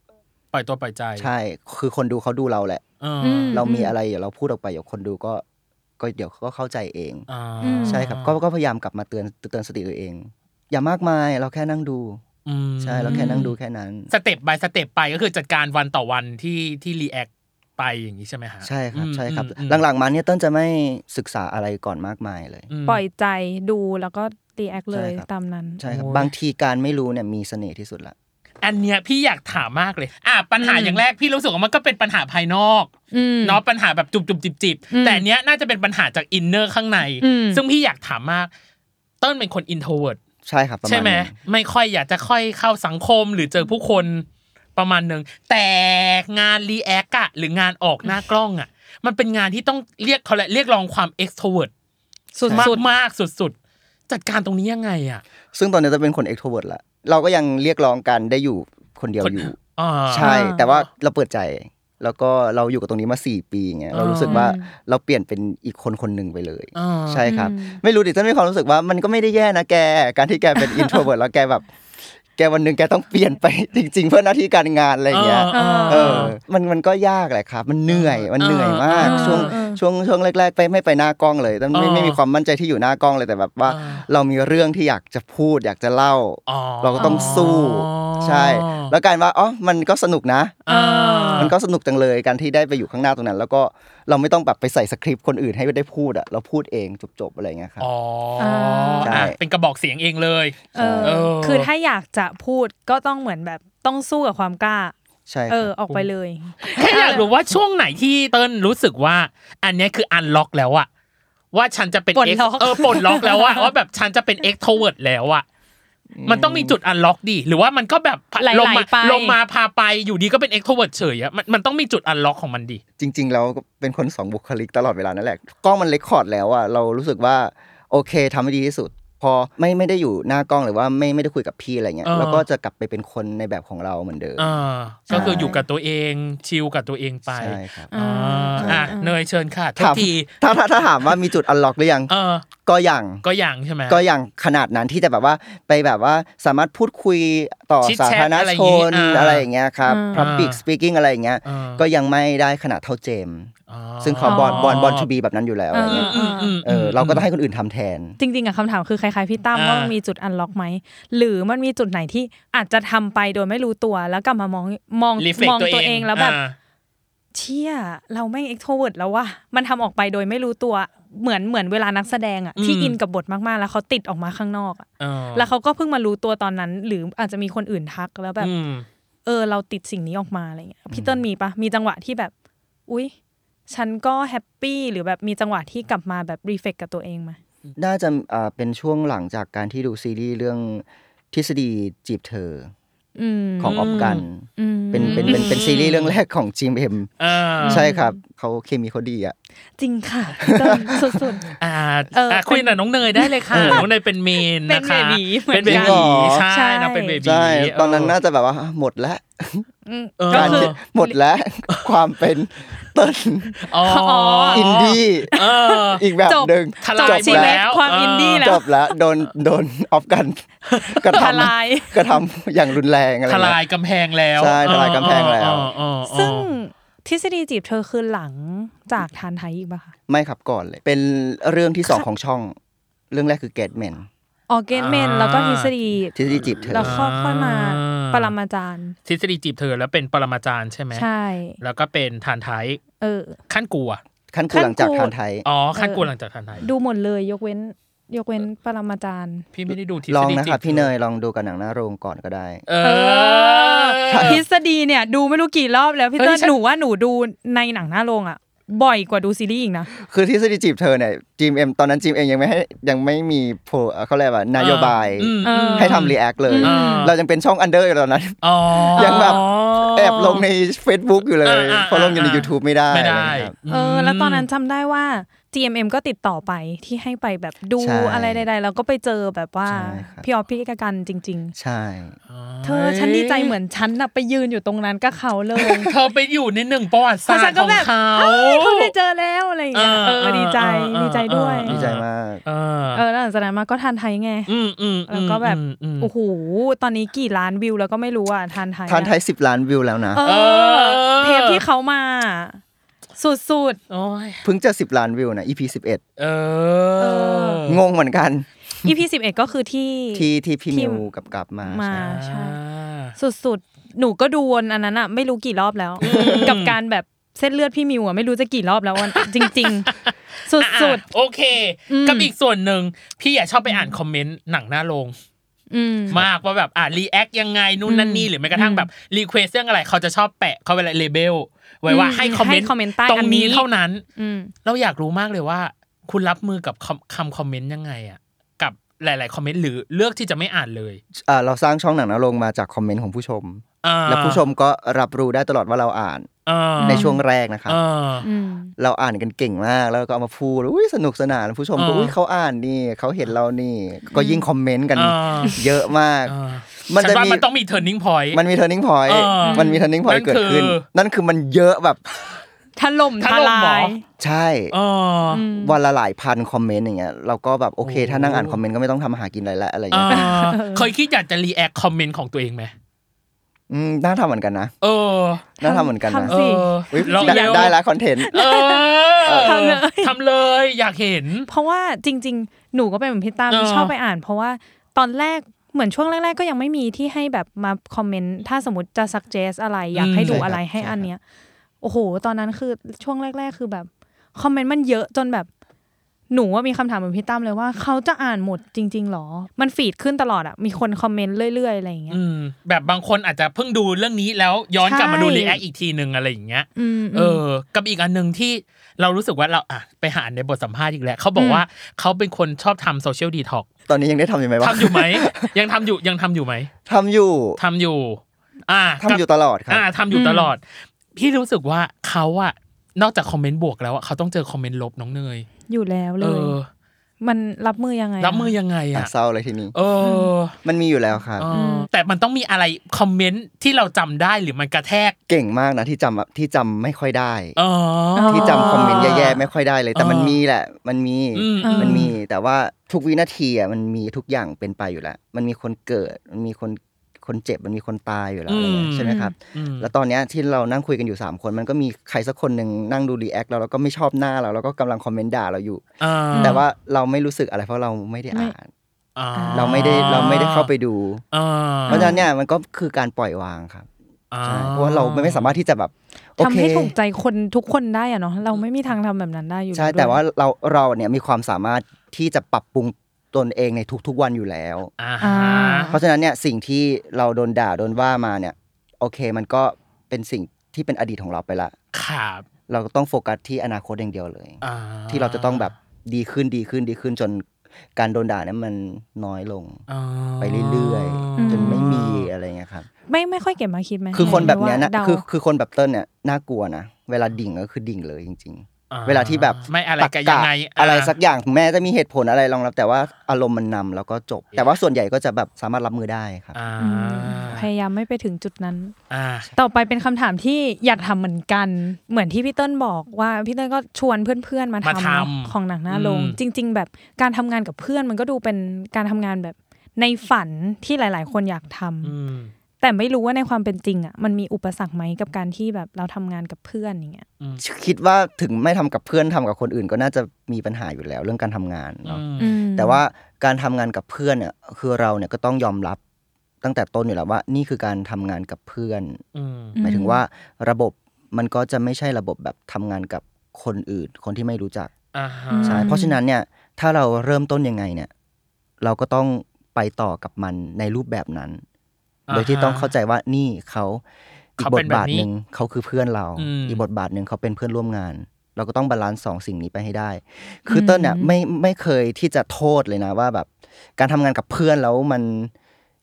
ปล่อยตัวปล่อยใจ
ใช่ คือคนดูเขาดูเราแหละ
อ่า
อืม
เรามีอะไรเดี๋ยวเราพูดออกไปเดี๋ยวคนดูก็ก็เดี๋ยวเขาก็เข้าใจเอง
อ่า
ใช่ครับก็ก็พยายามกลับมาเตือนเตือนสติตัวเอง อย่ามากมายเราแค่นั่งดู
อืม
ใช่เราแค่นั่งดูแค่นั้น
สเต็ป by สเต็ปไปก็คือจัดการวันต่อวันที่ที่รีแอคไปอย่างนี้ใช่ไหมฮะ
ใช่ครับ
อืม
ใช่ครับ
อืม
หลังๆมาเนี่ยเต้นจะไม่ศึกษาอะไรก่อนมากมายเลย
ม
ปล่อยใจดูแล้วก็รีแอคเลย
ใช่ครับ
ตามนั้น
ใช่ครับ
โอ้ย
บางทีการไม่รู้เนี่ยมีเสน่ห์ที่สุดละ
อันเนี้ยพี่อยากถามมากเลย อ่ะปัญหาอย่างแรกพี่รู้สึกว่ามันก็เป็นปัญหาภายนอก
อืม
เนาะปัญหาแบบจุบจุบจิบจิบ
อืม
แต่อันเนี้ยน่าจะเป็นปัญหาจากอินเนอร์ข้างใน
อืม
ซึ่งพี่อยากถามมาก เต้นเป็นคนอินโทรเวิร์ด
ใช่ครับประมาณ
ใช่ไหม
นั้น
ไม่ค่อยอยากจะค่อยเข้าสังคมหรือเจอผู้คนประมาณหนึ่งแต่งานรีแอคอะหรืองานออกหน้ากล้องอะมันเป็นงานที่ต้องเรียกเขาแหละเรียกร้องความเอ็กโทเวิร์ด
สุด
มาก
สุด
มากๆสุดๆ จัดการตรงนี้ยังไงอะ
ซึ่งตอนนี้จะเป็นคนเอ็กโทรเวิร์ดละเราก็ยังเรียกร้องกันได้อยู่คนเดียวอยู่
อ่า
ใช่
อ่า
แต่ว่าเราเปิดใจ แล้วก็เราอยู่กับตรงนี้มา 4 ปีไงเรารู้สึกว่าเราเปลี่ยนเป็นอีกคนคนหนึ่งไปเลย
อ่า
ใช่ครับ ไม่รู้ดิฉันมีความรู้สึกว่ามันก็ไม่ได้แย่นะแก การที่แก
(laughs)
เป็นอินโทรเวิร์แล้วแกแบบ แกวันหนึ่งแกต้องเปลี่ยนไป จริง ๆ เพื่อหน้าที่การงานอะไรอย่างเงี้ย
อ่า
เออ มันมันก็ยากแหละครับ มันเหนื่อย มันเหนื่อยมาก
เออ
ช่วง
เออ
ช่วงช่วงแรกๆ ไปไม่ไปหน้ากล้องเลยแต่ไม่
เออ
ไม่มีความมั่นใจที่อยู่หน้ากล้องเลยแต่แบบว่า
เออ
เรามีเรื่องที่อยากจะพูด อยากจะเล่า
อ๋อ
เราก็ต้องสู้ ใช่ แล้วการว่า อ๋อ มันก็สนุกนะ
อ่ามั
มันก็สนุกจังเลยการที่ได้ไปอยู่ข้างหน้าตรงนั้น แล้วก็เราไม่ต้องแบบไปใส่สคริปต์คนอื่นให้ได้พูดอะเราพูดเองจบๆอะไรอย่างเงี้ยครับ
อ๋อ
อ่า
อ่ะ
ใช่
เป็นกระบอกเสียงเองเลย
เออ
เออ
คือถ้าอยากจะพูดก็ต้องเหมือนแบบต้องสู้กับความกล้า
ใช่ค
เอ
รับ
อออกไปเลย
แค่อยากรู้ว่าช่วงไหนที่เติ้ลรู้สึกว่า อันเนี้ยคืออันล็อกแล้วอะว่าฉันจะเป็น
ปลด
X
ล็อก
เออปลดล็อกแล้วอะว่าแบบฉันจะเป็นเอ็กโทเวิร์ดแล้วอะมันต้องมีจุดอันล็อกดิหรือว่ามันก็แบบ
ไหลๆ
ลงมา
ไป
ลงมาพาไปอยู่ดีก็เป็นเอ็กโทเวิร์ดเฉยอะมันมันต้องมีจุดอันล็อกของมันดิ
จริงๆ เราก็เป็นคนสองบุคลิกตลอดเวลานั่นแหละ กล้องมันเลคคอร์ดแล้วอะเรารู้สึกว่าโอเคทำให้ดีที่สุด พอไม่ไม่ได้อยู่หน้ากล้องหรือว่าไม่ไม่ได้คุยกับพี่อะไรเงี้ย
อ่า
เราก็จะกลับไปเป็นคนในแบบของเราเหมือนเดิม
อ่าก็คืออยู่กับตัวเองชิลกับตัวเองไป
ใช่ครับ
อ่าอ่ะเนยเชิญค่ะทุก
ถาม
ที
ถ้าถ้าถ้าถามว่ามีจุดอันล็อกหรือยัง
เออ
ก็ยัง
ก็ยังใช่ไหม
ก็ยังขนาดนั้นที่จะแบบว่าไปแบบว่าสามารถพูดคุยต่อ
ชิด
สา
แชท
ธารณ
อะไรอ
ช
ย่างงี้
น
อ่า
อะไรอย่างเงี้ยครับ
อ่า
public speaking อะไรอย่างเงี้ย
อ่า
ก็ยังไม่ได้ขนาดเท่าเจมส์
อ๋อ
ซึ่งเขาบอลบอลบอลทูบีแบบนั้นอยู่แล้วอะไรเงี้ย
อืมอืม
เออเราก็ต้องให้คนอื่นทำแทน
จริงๆอะคำถามคือคล้ายๆพี่ตั้ม
อ่า
ว่ามันมีจุดอันล็อกไหม หรือมันมีจุดไหนที่อาจจะทำไปโดยไม่รู้ตัวแล้วกลับมามองมอง
รีเฟก
มอง
ตัว
ตัว
เอ
เอง งแล้วแบบ
อ่า
เชี่ยเราไม่เอ็กโทเวิร์ดแล้วว่ะมันทำออกไปโดยไม่รู้ตัวเหมือนเหมือนเวลานักแสดงอะที่
อืม
อินกับบทมากๆ แล้วเขาติดออกมาข้างนอกอะ
เออ
แล้วเขาก็เพิ่งมารู้ตัวตอนนั้น หรืออาจจะมีคนอื่นทักแล้วแบบ
อืม
เออเราติดสิ่งนี้ออกมาอะไรเงี้ยพี่เติ้ลมีปะมีจังหวะที่แบบ อุ๊ย ฉันก็แฮปปี้หรือแบบมีจังหวะที่กลับมาแบบรีเฟกกับตัวเองไหม
น่าจะอ่าเป็นช่วงหลังจากการที่ดูซีรีส์เรื่องทฤษฎีจีบเธอ
อืม
ของออฟกัน เป็นเป็นเป็นเป็นซีรีส์เรื่องแรกของจีมเอ็ม
เออ
ใช่ครับเขาเคมีเขาดีอ่ะ
จริงค่ะพี่เติ้ล (laughs) สุด
อ่า
เอออ่
ะคุยกับน้องเนยได้เลยค่ะ น้องเนยเป็นเมน
เป็น
นะคะ
เบบีเหมือน
เป็นเบ
กัน
บี
เหรอ
ใช่
ใช่นะเป็นเบบี
ใช่
เ
ตอนนั้นน่าจะแบบว่าหมดแล้ว
ๆอืม
เออ
การ
ก็คื
ที่
อ
หมดแล้ว ความเป็นเติ้ล
อ๋ออิ
อินดี้
เออ
อีกแบบ
จบ
หนึ่ง
ทลาย
จบ
ชีวิ
แล้
ต
ว
ความอินดี้แล้
จ
ว
บแล้วโดนโดนออฟกัน กระ
ท
ทำ
ลาย
กระทำอย่างรุนแรงอะไร
ท
เงี้
ลายกำแพงแล้ว
ใช่ทลายกำแพงแล้ว
เออเออเออเออ
ซึ่งทฤษฎีจีบเธอคือหลังจากทานไทยอีกป่ะคะ
ไม่ครับก่อนเลย เป็นเรื่องที่สองของช่อง เรื่องแรกคือเกตแมน
ออเกนเมน
อ่า
แล้วก็ทฤษฎี
ทฤษฎีจีบเธอ
แล้วก็ค่อยมาปรมาจารย์
ทฤษฎีจีบเธอแล้วเป็นปรมาจารย์ใช่ไหม
ใช่
แล้วก็เป็นฐานไทย
เออ
ขั้นกูอะ
ขั้นกูหลังจากทานไทย
อ๋อขั้นกูหลังจากฐานไทย
ดูหมดเลยยกเว้น ยกเว้นปรมาจารย์
พี่ไม่ได้ดูทฤษฎี
ล
จีบ
องนะครับ พี่เนย
ธอ
ลองดูกันหนังหน้าโรงก่อนก็ได้
เออ
ทฤษฎีเนี่ย ดูไม่รู้กี่รอบแล้วพี่
เอ้ย
เติ้ล
ฉัน
หนูว่าหนูดูในหนังหน้าโรงอ่ะ บ่อยกว่าดูซีรีส์อีกนะ
คือทฤษฎีจีบเธอเนี่ยจีมเอ็มตอนนั้นจีมเอ็มยังไม่ให้ยังไม่มีโพเอ่อเขาเรียกว่านโยบาย
อืมม
ให้ทำรีแอคเลย
อืม
เรายังเป็นช่องอันเดอร์อยู่ตอนนั้น
อ๋อ
ยังแบบ แอบลงใน Facebook อยู่เลย
อ่าอ่า
เพราะลงอยู่ใน
อ่า
YouTube ไม่ได้
ไม่ได้
อะไรครับ
เออ แล้วตอนนั้นจำได้ว่า GMM ก็ติดต่อไปที่ให้ไปแบบดู
ใช่
อะไรใดๆแล้วก็ไปเจอแบบว่า
ใช่ครับ
พี่ออฟพี่กกันจริง ๆ
ใช่
เธอฉันดีใจเหมือนฉันน่ะไปยืนอยู่ตรงนั้นก็เขาเลย
เธอไปอยู่ในหนึ่งประวัติ
เพราะ
ศาส
ฉั
ต
น
ร์ข
ก็
อง
แบบ
เขา
เอ้ยเขาได้เจอแล้วอะไรอย่างเงี้ย
เอ
เอ
อ
อดีใจ
เออ
ดีใจด้วย
เออเอ
ดี
อ
ใจมาก
เออ
เออแล้วหลังจากนั้นมาก็ทานไทยไง
อืมอืม
แล้วก็แบบ
อืมอืม
โอ้โหตอนนี้กี่ล้านวิวแล้วก็ไม่รู้อ่ะทานไทยอะ
ทานไทย 10 ล้านวิวแล้วนะ
เอ
เอ
อ
อ
เทปที่เขามา สุด
โอ้ย
เพิ่งจะ 10 ล้านวิวนะ EP 11
เอ
เอ
อ
อ
งงเหมือนกัน
(laughs) ๆ EP สิบเอ็ดก็คือที่
ที่ที่พี่
ที่
มิวกับกลับมา
มาใช่
อ่า
สุดๆ หนูก็ดูวนอันนั้นอ่ะไม่รู้กี่รอบแล้ว กับการแบบเส้นเลือดพี่มิวอ่ะไม่รู้จะกี่รอบแล้ววันจริง (laughs) ๆ สุด
อ่ะโอเค กับอีกส่วนหนึ่งพี่อยากชอบไปอ่านคอมเมนต์หนังหน้าโรง
ๆ อืม
มากว่าแบบอ่ารีแอคยังไงนู่นนั่นนี่หรือแม้กระทั่งแบบรีเควสเรื่องอะไรเขาจะชอบแปะเขาเวลาเลเบลไว้ว่า
อืม
ให้คอมเมนต์
ให้คอมเมนต์ใต้
ตรงนี้
อันนี้
เท่านั้น
อืม
เราอยากรู้มากเลยว่า คุณรับมือกับคำคำคอมเมนต์ยังไงอะกับหลาย ๆ คอมเมนต์หรือเลือกที่จะไม่อ่านเลย
อ่าเราสร้างช่องหนังนาลงมาจากคอมเมนต์ของผู้ชม
อ่า
และผู้ชมก็รับรู้ได้ตลอดว่าเราอ่าน
อ่า
ในช่วงแรกนะครับ
อ่า
อืม
เราอ่านกันเก่งมากแล้วก็เอามาพูดอุ้ยสนุกสนานผู้ชมก็
อ่า
อุ้ยเขาอ่านนี่เขาเห็นเรานี่ ก็ยิ่งคอมเมนต์กัน
อ่า
เยอะมาก
อ่า
มัน
ฉั
จะ
นว่า
มี
มันต้องมี turning point
มันมี turning point
อ่ามั
มันมี turning
นั่
point
น
เกิดขึ้น
คือ
นั่นคือมันเยอะแบบ
ถล่มทลาย
ใช่
อ่า
วันละหลายพันคอมเมนต์อย่างเงี้ยเราก็แบบโอเค ถ้านั่งอ่านคอมเมนต์ก็ไม่ต้องทำอาหากินอะไรละอะไรอย่าง
อ่า
เงี้ย
เคยคิดอยากจะรีแอคคอมเมนต์ของตัวเองไหม
มน่าทำเหมือนกันนะ
เออ
น่าทำเหมือนกันนะ
ทำ
เอ
สิ
อ
อุ๊ย
ลอง
ได้
เว
ได้ละคอนเทนต์
เออ
ทำเลย
ทำเลยอยากเห็น
เพราะว่าจริง ๆ หนูก็เป็นเหมือนพี่ตาม
เออ
ที่ชอบไปอ่าน เพราะว่าตอนแรกเหมือนช่วงแรก ๆ ก็ยังไม่มีที่ให้แบบมาคอมเมนต์ถ้าสมมติจะ suggest อะไรอยากให้ดูอะไรให้อันเนี้ย โอ้โห ตอนนั้นคือช่วงแรก ๆ คือแบบคอมเมนต์มันเยอะจนแบบ หนูว่ามีคำถามเหมือนพี่ตั้มเลยว่าเขาจะอ่านหมดจริง ๆหรอ มันฟีดขึ้นตลอดอะมีคนคอมเมนต์เรื่อยๆอะไรอย่างเงี้ย
อืมแบบบางคนอาจจะเพิ่งดูเรื่องนี้แล้วย้อนกลับมาดู
ใช่
รีแอคอีกทีหนึ่งอะไรอย่างเงี้ย
อืม
เออ กับอีกอันหนึ่งที่เรารู้สึกว่าเราอ่ะไปหาในบทสัมภาษณ์อีกแล้วเขาบอกว่าเขาเป็นคนชอบทำโซเชียลดีท็อก
ตอนนี้ยังได้ทำอยู่ไหมวะ
ทำอยู่ไหม ยังทำอยู่ยังทำอยู่ไหม
ทำอยู่
ทำอยู่ อ่า
ทำอยู่ตลอดครับ
อ่าทำอยู่ตลอด พี่รู้สึกว่าเขาอะนอกจากคอมเมนต์บวกแล้วอะเขาต้องเจอคอมเมนต์ลบน้องเนย
อยู่แล้วเล
เอย อ
มันรับมือยังไงะ
รับมือยังไง
อ่ะ
อะ
เศร้าเลยทีนี้
เออ
มันมีอยู่แล้วครับ
เอออ แต่มันต้องมีอะไรคอมเมนต์ที่เราจำได้หรือมันกระแทก
เก่งมากนะที่จำอะที่จำไม่ค่อยได้
เออ
ที่จำคอมเมนต์แย่ๆไม่ค่อยได้เลย แต่มันมีแหละ มันมี
อืม
มันมีแต่ว่าทุกวินาทีอ่ะมันมีทุกอย่างเป็นไปอยู่แล้ว มันมีคนเกิดมันมีคนคนเจ็บมันมีคนตายอยู่แล้วอะไรเงี้ยใช่ไหมครับ แล้วตอนเนี้ยที่เรานั่งคุยกันอยู่ 3 คน มันก็มีใครสักคนหนึ่งนั่งดูรีแอคเราแล้วก็ไม่ชอบหน้าเราแล้วก็กำลังคอมเมนต์ด่าเราอยู่
เออ
แต่ว่าเราไม่รู้สึกอะไรเพราะเราไม่ได้อ่าน
อ่
เราไม่ได้เราไม่ได้เข้าไปดู
เออ
เพราะฉะนั้นเนี่ยมันก็คือการปล่อยวางครับ
อ่
ใช่เพราะว่าเราไม่ไม่สามารถที่จะแบบโอ
ทำ
เค
ให้ถูกใจคนทุกคนได้อะเนาะเราไม่มีทางทำแบบนั้นได้อยู่ล้
ใช่
ด้วย
แต่ว่าเราเราเนี่ยมีความสามารถที่จะปรับปรุงตนเองในทุกๆวันอยู่แล้ว
อ่า
อ่า
ฮะ
เพราะฉะนั้นเนี่ยสิ่งที่เราโดนด่าโดนว่ามาเนี่ยโอเคมันก็เป็นสิ่งที่เป็นอดีตของเราไปละ
ครับ
เราต้องโฟกัสที่อนาคตอย่างเดียวเลย
อ่า
ที่เราจะต้องแบบดีขึ้นดีขึ้นดีขึ้นจนการโดนด่าเนี่ยมันน้อยลง
อ่า
ไปเรื่อยๆ จนไม่มีอะไรเงี้ยครับ
ไม่ไม่ค่อยเก็บมาคิดไหม
คือคนแบบเนี้ยนะ
หรือว่าเดา
คือคือคนแบบเติ้ลเนี่ยน่ากลัวนะ เวลาดิ่งก็คือดิ่งเลยจริง
อ่า
ๆ เวลาที่แบบ
ไม่อะไร
ตั
กันยังไงา
อะไรสักอย่างแม้จะมีเหตุผลอะไรรองรับ แต่ว่าอารมณ์มันนำแล้วก็จบ แต่ว่าส่วนใหญ่ก็จะแบบสามารถรับมือได้ครับ
อ่า
อืมพยายามไม่ไปถึงจุดนั้น
อ่า
ต่อไปเป็นคำถามที่อยากทำเหมือนกัน เหมือนที่พี่เติ้ลบอกว่าพี่เติ้ลก็ชวนเพื่อนๆมาทำ
มาทำ
ของหนังหน้าโรง
อืม
จริง ๆ แบบการทำงานกับเพื่อนมันก็ดูเป็นการทำงานแบบในฝันที่หลาย ๆ คนอยากทำ
อืม
แต่ไม่รู้ว่าในความเป็นจริงอ่ะมันมีอุปสรรคไหมกับการที่แบบเราทำงานกับเพื่อนอย่างเงี้ย
คิดว่าถึงไม่ทำกับเพื่อนทำกับคนอื่นก็น่าจะมีปัญหาอยู่แล้ว เรื่องการทำงานเนาะ
อืม
แต่ว่าการทำงานกับเพื่อนเนี่ยคือเราเนี่ยก็ต้องยอมรับตั้งแต่ต้นอยู่แล้วว่า นี่คือการทำงานกับเพื่อน
อืม
อื
หมายถึงว่าระบบมันก็จะไม่ใช่ระบบแบบทำงานกับคนอื่น คนที่ไม่รู้จัก
อ่าฮะ
ใช่เพราะฉะนั้นเนี่ยถ้าเราเริ่มต้นยังไงเนี่ยเราก็ต้องไปต่อกับมันในรูปแบบนั้น
อ่าฮะ
โดยที่ต้องเข้าใจว่านี่เขาอีก
เขา
บ
เป็
ท
นแบบ
บาท
นี้
หนึ่งเขาคือเพื่อนเรา
อืม
อีกบทบาทหนึ่งเขาเป็นเพื่อนร่วมงาน เราก็ต้องบาลานซ์สองสิ่งนี้ไปให้ได้ คือเต้ลเนี่ยไม่ไม่เคยที่จะโทษเลยนะว่าแบบ การทำงานกับเพื่อนแล้วมัน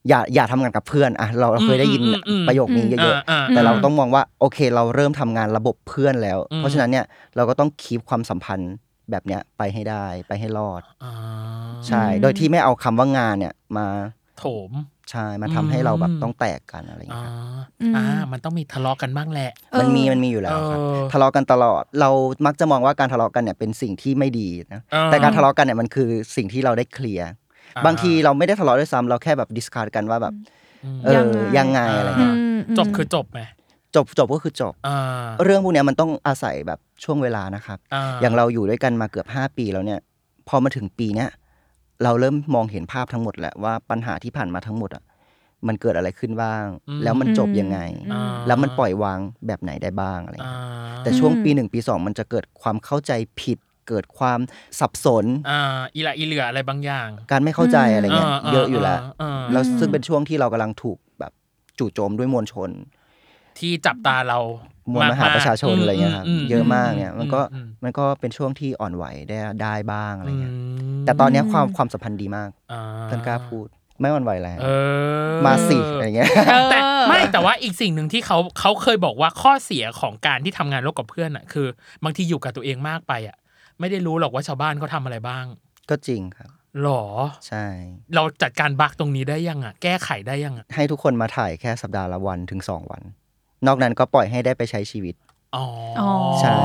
อย่าอย่าทำงานกับเพื่อนอ่ะเราเราเคยได้ยิน
อืมอืมอืม
ประโยคนี้เยอะๆ
อ่า
แต่เรา
อ่
ต้องมองว่าโอเคเราเริ่มทำงานระบบเพื่อนแล้ว
อืม
เพราะฉะนั้นเนี่ยเราก็ต้องคีบความสัมพันธ์แบบเนี้ยไปให้ได้ไปให้รอด
อ่า
ใช่ โดยที่ไม่เอาคำว่างานเนี่ยมา
โถม
ใช่มาทำให้เราแบบ
อืม
ต้องแตกกันอะไรอย่าง
อ่า
เงี้ยครับ
อ่า มันต้องมีทะเลาะกันบ้างแหละ
มันมีมันมีอยู่แล้วครับ
เออ
ทะเลาะกันตลอด เรามักจะมองว่าการทะเลาะกันเนี่ยเป็นสิ่งที่ไม่ดีนะ
เออ
แต่การทะเลาะกันเนี่ยมันคือสิ่งที่เราได้เคลียร์บางทีเราไม่ได้ทะเลาะด้วยซ้ำเราแค่แบบดิสคัทกันว่าแบบเออยังไงอะไร
อื
เงี้ย
ม
มม
จบคือจบไหม
จบจบก็คือจบ
อ่า
เรื่องพวกเนี้ยมันต้องอาศัยแบบช่วงเวลานะครับ
อ่า
อย่างเราอยู่ด้วยกันมาเกือบ 5 ปีแล้วเนี่ย พอมาถึงปีเนี้ยเราเริ่มมองเห็นภาพทั้งหมดแล้วว่าปัญหาที่ผ่านมาทั้งหมดอ่ะมันเกิดอะไรขึ้นบ้าง แล้วมันจบยังไง
อ่า
แล้วมันปล่อยวางแบบไหนได้บ้างอะไร
อ่า
เงี้ยแต่ช่วงปีหนึ่งปีสองมันจะเกิดความเข้าใจผิด เกิดความสับสน
อ่าอีหละอีเหลืออะไรบางอย่าง
การไม่เข้าใจอะไรเงี้ย
าา
เยอะอยู่แล้ว
อ่า
แล้วซึ่งเป็นช่วงที่เรากำลังถูกแบบจู่โจมด้วยมวลชน
ที่จับตาเรา
มวลมหาประชาชน
มกๆ
อะไรเงี้ยครับ
ม
เยอะมากเนี่ยมันก็
อืม
มันก็เป็นช่วงที่อ่อนไหวได้ได้บ้างอะไรเงี้ย
ม
แต่ตอนเนี้ยความความสัมพันธ์ดีมาก
อ่
ท่านกล้าพูด ไม่อ่อนไหวแล้ว
เออ
มาสิอะไรเงี้ย (laughs)
แต่ไม่แต่ว่าอีกสิ่งหนึ่งที่เขาเขาเคยบอกว่าข้อเสียของการที่ทำงานร่วมกับเพื่อนอ่ะคือ บางทีอยู่กับตัวเองมากไปอ่ะ ไม่ได้รู้หรอกว่าชาวบ้านเขาทำอะไรบ้าง
ก็จริงครับ
หรอ
ใช่
เราจัดการบักตรงนี้ได้ยังอ่ะ แก้ไขได้ยังอ่ะ
ให้ทุกคนมาถ่ายแค่สัปดาห์ละวันถึง 2 วัน นอกนั้นก็ปล่อยให้ได้ไปใช้ชีวิต
อ๋อ
อ๋อ
ใช่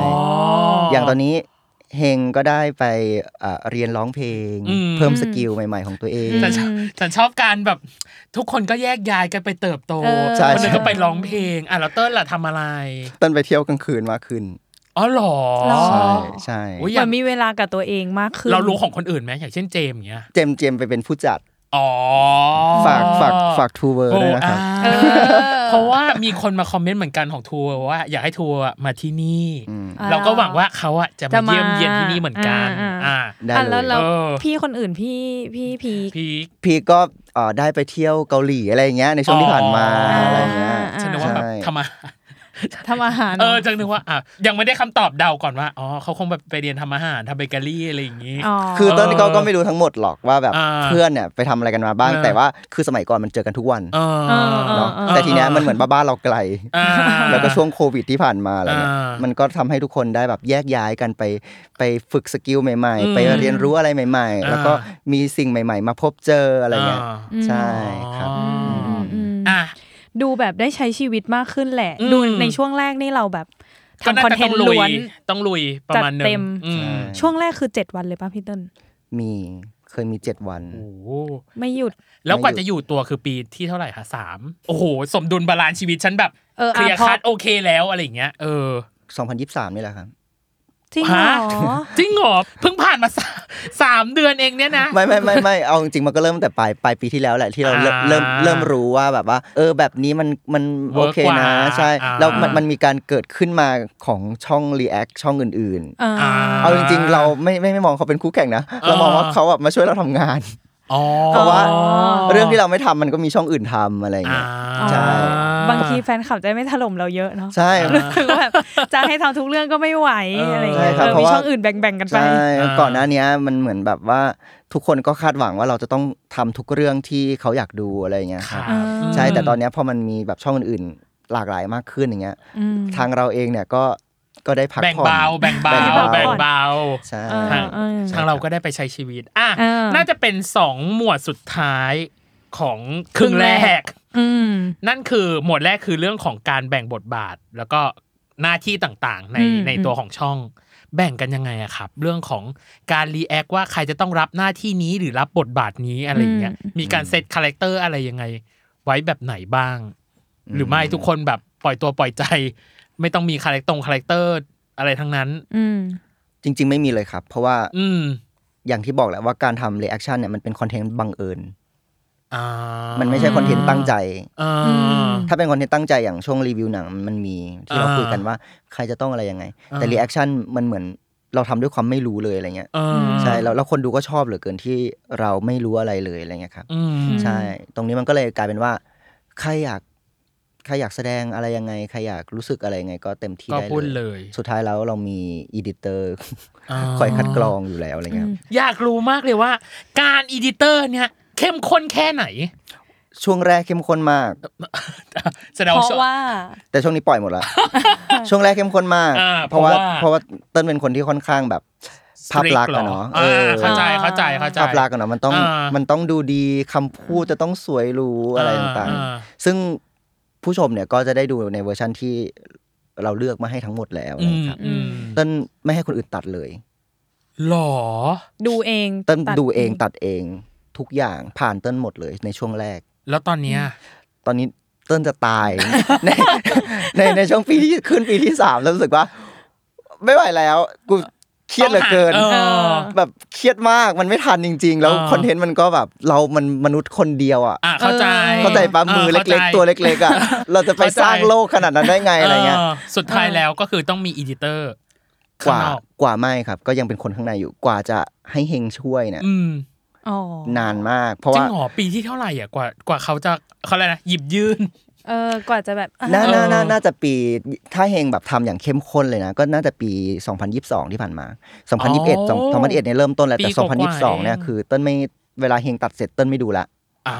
อย่างตอนนี้เฮงก็ได้ไปเอ่อเรียนร้องเพลง เพิ่มสกิลใหม่ๆของตัวเอง
ฉันชอบฉันชอบการแบบทุกคนก็แยกย้ายกันไปเติบโต
เออ
ใช่
คนหนึง
ใช่
ก็ไปร้องเพลงอ่ะแล้วเต้ลล่ะทำอะไร
เต้นไปเที่ยวกลางคืนมากขึ้น
อ๋อเหรอ
หรอ
ใช่ใช่
อุ๊ย
เห
อ
มื
ย่า
อง นมีเวลากับตัวเองมากขึ้น
เรารู้ของคนอื่นไหมอย่างเช่นเจมส์อย่างเงี้ย
เจมส์เจมส์ไปเป็นผู้จัด
อ๋อ
ฝากฝากฝากทูเวอร์
โอ้
ด้วยนะครับ
อ่าเพราะว่ามีคนมาคอมเมนต์เหมือนกันของทัวร์ว่า อยากให้ทัวร์มาที่นี่ เราก็หวังว่าเขาอ่ะจะ
จะ
มา
มา
เยี่ยมเยียนที่นี่เหมือนกัน
อ่าอ่า
อ่า
ได้
อ่ะ
เล
แล้ว
ย
แล้ว
เออ
พี่คนอื่นพี่พี่พีค
พีค
พี่ก็เอ่อได้ไปเที่ยวเกาหลีอะไรอย่างเงี้ยในช่วงที่ผ่านมา
อ๋ออ
อะไรอย่างเงี้ย
อ่า
ฉันนึกว่าแบบ
ใช่
ทำไม
ทำอาหาร
เออจังนึกว่าอ่ะยังไม่ได้คำตอบเดาก่อนว่าอ๋อเขาคงแบบไปเรียนทำอาหารทำเบเกอรี่อะไรอย่างนี้
คือตอนนี้ก็ก็ไม่รู้ทั้งหมดหรอกว่าแบบ
อ่า
เพื่อนเนี่ยไปทำอะไรกันมาบ้าง
อ่า
แต่ว่าคือสมัยก่อนมันเจอกันทุกวัน
เออ
เออเออ
เนาะ
เออ
แต่ทีเนี้ยมันเหมือนบ้านเราไกล
อ่า
แล้วก็ช่วงโควิดที่ผ่านมาอะไรเงี้ย
อ่ามั
มันก็ทำให้ทุกคนได้แบบแยกย้ายกันไปไปฝึกสกิลใหม่
อืม
ๆ ไปเรียนรู้อะไรใหม่ๆ
อ่า
แล้วก็มีสิ่งใหม่ ๆ มาพบเจออะไรเงี้ยใช่ครับ
อ๋ออ
อืม
อ่ะ
ดูแบบได้ใช้ชีวิตมากขึ้นแหละ
อืม
ดูในช่วงแรกนี่เราแบบ
ก็
ทำคอนเทนต์
าจะ
ล้วน
ต้องลุยประมาณหนึ
จัดเต็
ง
ม
อืม
ใ
ช่วงแรกคือ 7 วันเลยป่ะพี่เติ้ล
มีเคยมีเจ็ดวัน
โอ้โห
ไม่หยุด
แล้วกว่าจะอยู่ตัวคือปีที่เท่าไหร่คะสามโอ้โห สมดุลบาลานซ์ชีวิตฉันแบบ
เออ
เคลียร์
อ่ะพอ
คัดโอเคแล้วอะไรอย่างเงี้ยเออ
2023นี่แหละครับ
จริงเหร
ฮะ
อ
จริงเหรอเพิ่งผ่านมาสามสามเดือนเองเนี่ยนะ
(laughs) ไม่ไม่ไม่ไม่เอาจริงๆมันก็เริ่มแต่ปลายปลายปีที่แล้วแหละที่เราเริ่ม
อ่า
เริ่มเริ่มรู้ว่าแบบว่า เออแบบนี้มันมัน
เวิ
โอ
ร์ก
เค
กว่า
นะ ใช่
อ่า
แล้วมันมันมีการเกิดขึ้นมาของช่อง React ช่องอื่น
อ่า
อ่า
ๆ เอาจริงๆ เราไม่ไม่ไม่มองเขาเป็นคู่แข่งนะ
อ่า
เรามองว่าเขาแบบมาช่วยเราทำงาน
อ๋อ
เพราะว่า เรื่องที่เราไม่ทำมันก็มีช่องอื่นทำอะไรอย่าง
อ่า
เงี้ย ใช่
ม บางทีแฟนคลับจะไม่ถล่มเราเยอะเนาะ
ใช่
รู้สึกว่าแบบจะให้ทำทุกเรื่องก็ไม่ไหว
เอออ
อะไรเงี้ย
ใช่ครับ
เออ
เพราะ
มี
ว่า
ช่องอื่นแบ่งๆกันไป
ใช่
อ่า
ก่อนหน้าเนี้ยมันเหมือนแบบว่าทุกคนก็คาดหวังว่าเราจะต้องทำทุกเรื่องที่เขาอยากดูอะไรอย่างเงี้ย
ค
ค
รั
รั
บบ
อ่า
ใช่แต่ตอนเนี้ยพอมันมีแบบช่องอื่นๆหลากหลายมากขึ้นอย่างเงี้ย
อืม
ทางเราเองเนี่ยก็ก็ได้พัก
แบ่ง
ผ่อน
เบาแบ่งเบา
แบ่ง
แบ่งเบา
ใช่
เออ
ทาง
เอ
ทางเราก็ได้ไปใช้ชีวิต อ่ะ
เออ
น่าจะเป็นสองหมวดสุดท้ายของครึ่งแร
ครึ่งแร
ก
ก อืม
นั่นคือหมวดแรกคือเรื่องของการแบ่งบทบาท แล้วก็หน้าที่ต่างๆ ใน
อืม
ในตัวของช่อง แบ่งกันยังไงอะครับ เรื่องของการรีแอคว่าใครจะต้องรับหน้าที่นี้หรือรับบทบาทนี้อะไรอย่างเงี้ย มีการเซตคาแรคเตอร์อะไรยังไง ไว้แบบไหนบ้าง หรือไม่ทุกคนแบบปล่อยตัวปล่อยใจ ไม่ต้องมีคาแรคตรงคาแรคเตอร์อะไรทั้งนั้น
อืม
จริง ๆ ไม่มีเลยครับ เพราะว่า
อืม
อย่างที่บอกแหละว่าการทำเรีแอคชั่นเนี่ยมันเป็นคอนเทนต์บังเอิญ
อ่า
มันไม่ใช่คอนเทนต์ตั้งใจ
อ่า
ม
ถ้าเป็นคอนเทนต์ตั้งใจอย่างช่วงรีวิวหนังมันมีที่เรา
อ่า
คุยกันว่าใครจะต้องอะไรยังไง แต่
อ่า
รีแอคชั่นมันเหมือนเราทำด้วยความไม่รู้เลยอะไรเงี้ย
อ่า
ใช่แล้วแล้วคนดูก็ชอบเหลือเกินที่เราไม่รู้อะไรเลยอะไรเงี้ยครับ
อืม
ใช่ ตรงนี้มันก็เลยกลายเป็นว่า ใครอยาก ใครอยากแสดงอะไรยังไง ใครอยากรู้สึกอะไรยังไง ก็เต็มที่
ก็
ได้
พูดเลย
สุดท้ายแล้วเรามีอีดิเต
(laughs)
อร์
อ๋อ
คอยคัดกรองอยู่แล้วอะไรเงี้ยครับ
อยากรู้มากเลยว่า การอีดิเตอร์เนี่ย เข้มข้นแค่ไหน
ช่วงแรกเข้มข้นมาก
แสดง
เพ
ว่า
ราะว่า
แต่ช่วงนี้ปล่อยหมด
(laughs)
ละ ช่วงแรกเข้มข้นมาก
อ่า
เพราะว่า
เพ
เพ
ราะ
ราะ
ว่า
ว่าเติ้ลเป็นคนที่ค่อนข้างแบบ ภาพลักษณ์อะเนาะ
อ่
เออ
เข้าใจเข้าใจเข้าใจ
ภาพลักษณ์อะเนาะมันต้อง
อ่ามั
มันต้องดูดีคำพูดจะต้องสวยหรูอะไรต่าง
อ่า
ๆ ซึ่งผู้ชมเนี่ยก็จะได้ดูในเวอร์ชั่นที่เราเลือกมาให้ทั้งหมดแล้ว
อืม
นะครับ
อืม
เต้นไม่ให้คนอื่นตัดเลย
หรอ
ดูเอง
เต้น
ตั
ดูเองตัดเองทุกอย่างผ่านเต้นหมดเลยในช่วงแรก
แล้วตอนเนี้ย
ตอนนี้เต้นจะต (laughs) าย ในในในช่วงปีที่ขึ้นปีที่สามแล้วรู้สึกว่า ไม่ไหวแล้ว กูเครียดเหลือเกิน
ต้องหาอ
แบบเครียดมากมันไม่ทันจริง ๆ แล้ว
อ่า
คอนเทนต์มันก็แบบเรามันมนุษย์คนเดียวอ่ะ
อ่ะเข้าใจ
เข้าใจปะมือเล็ก ๆ ตัวเล็กๆ (laughs) อ่ะเราจะไปสร้างโลกขนาดนั้นได้ไง
ๆ
อะไรเงี้ย
สุดท้ายแล้วก็คือต้องมีอีดิเตอร์
กว่า
ข้งนอก
ว่าไม่ครับ ก็ยังเป็นคนข้างในอยู่กว่าจะให้เฮงช่วยเนี่ย
อืม
อ๋อน
านมาก เพราะ
จริง
ว่า
เหรอปีที่เท่าไหร่อ่ะกว่ากว่าเขาจะเขาอะไรนะหยิบยื่น
เออกว่าจะแบบอ่ะ
น่า
เออ
น่าน่าน่าจะปี ถ้าเฮงแบบทำอย่างเข้มข้นเลยนะ ก็น่าจะปี 2022 ที่ผ่านมา 2021 2021เนี่ยเริ่มต้นแล้ว แต่
ปีกว่า
2022
ๆเอ
เนี่
ง
ยคือเต้นไม่เวลาเฮงตัดเสร็จเต้นไม่ดูละ
อ่า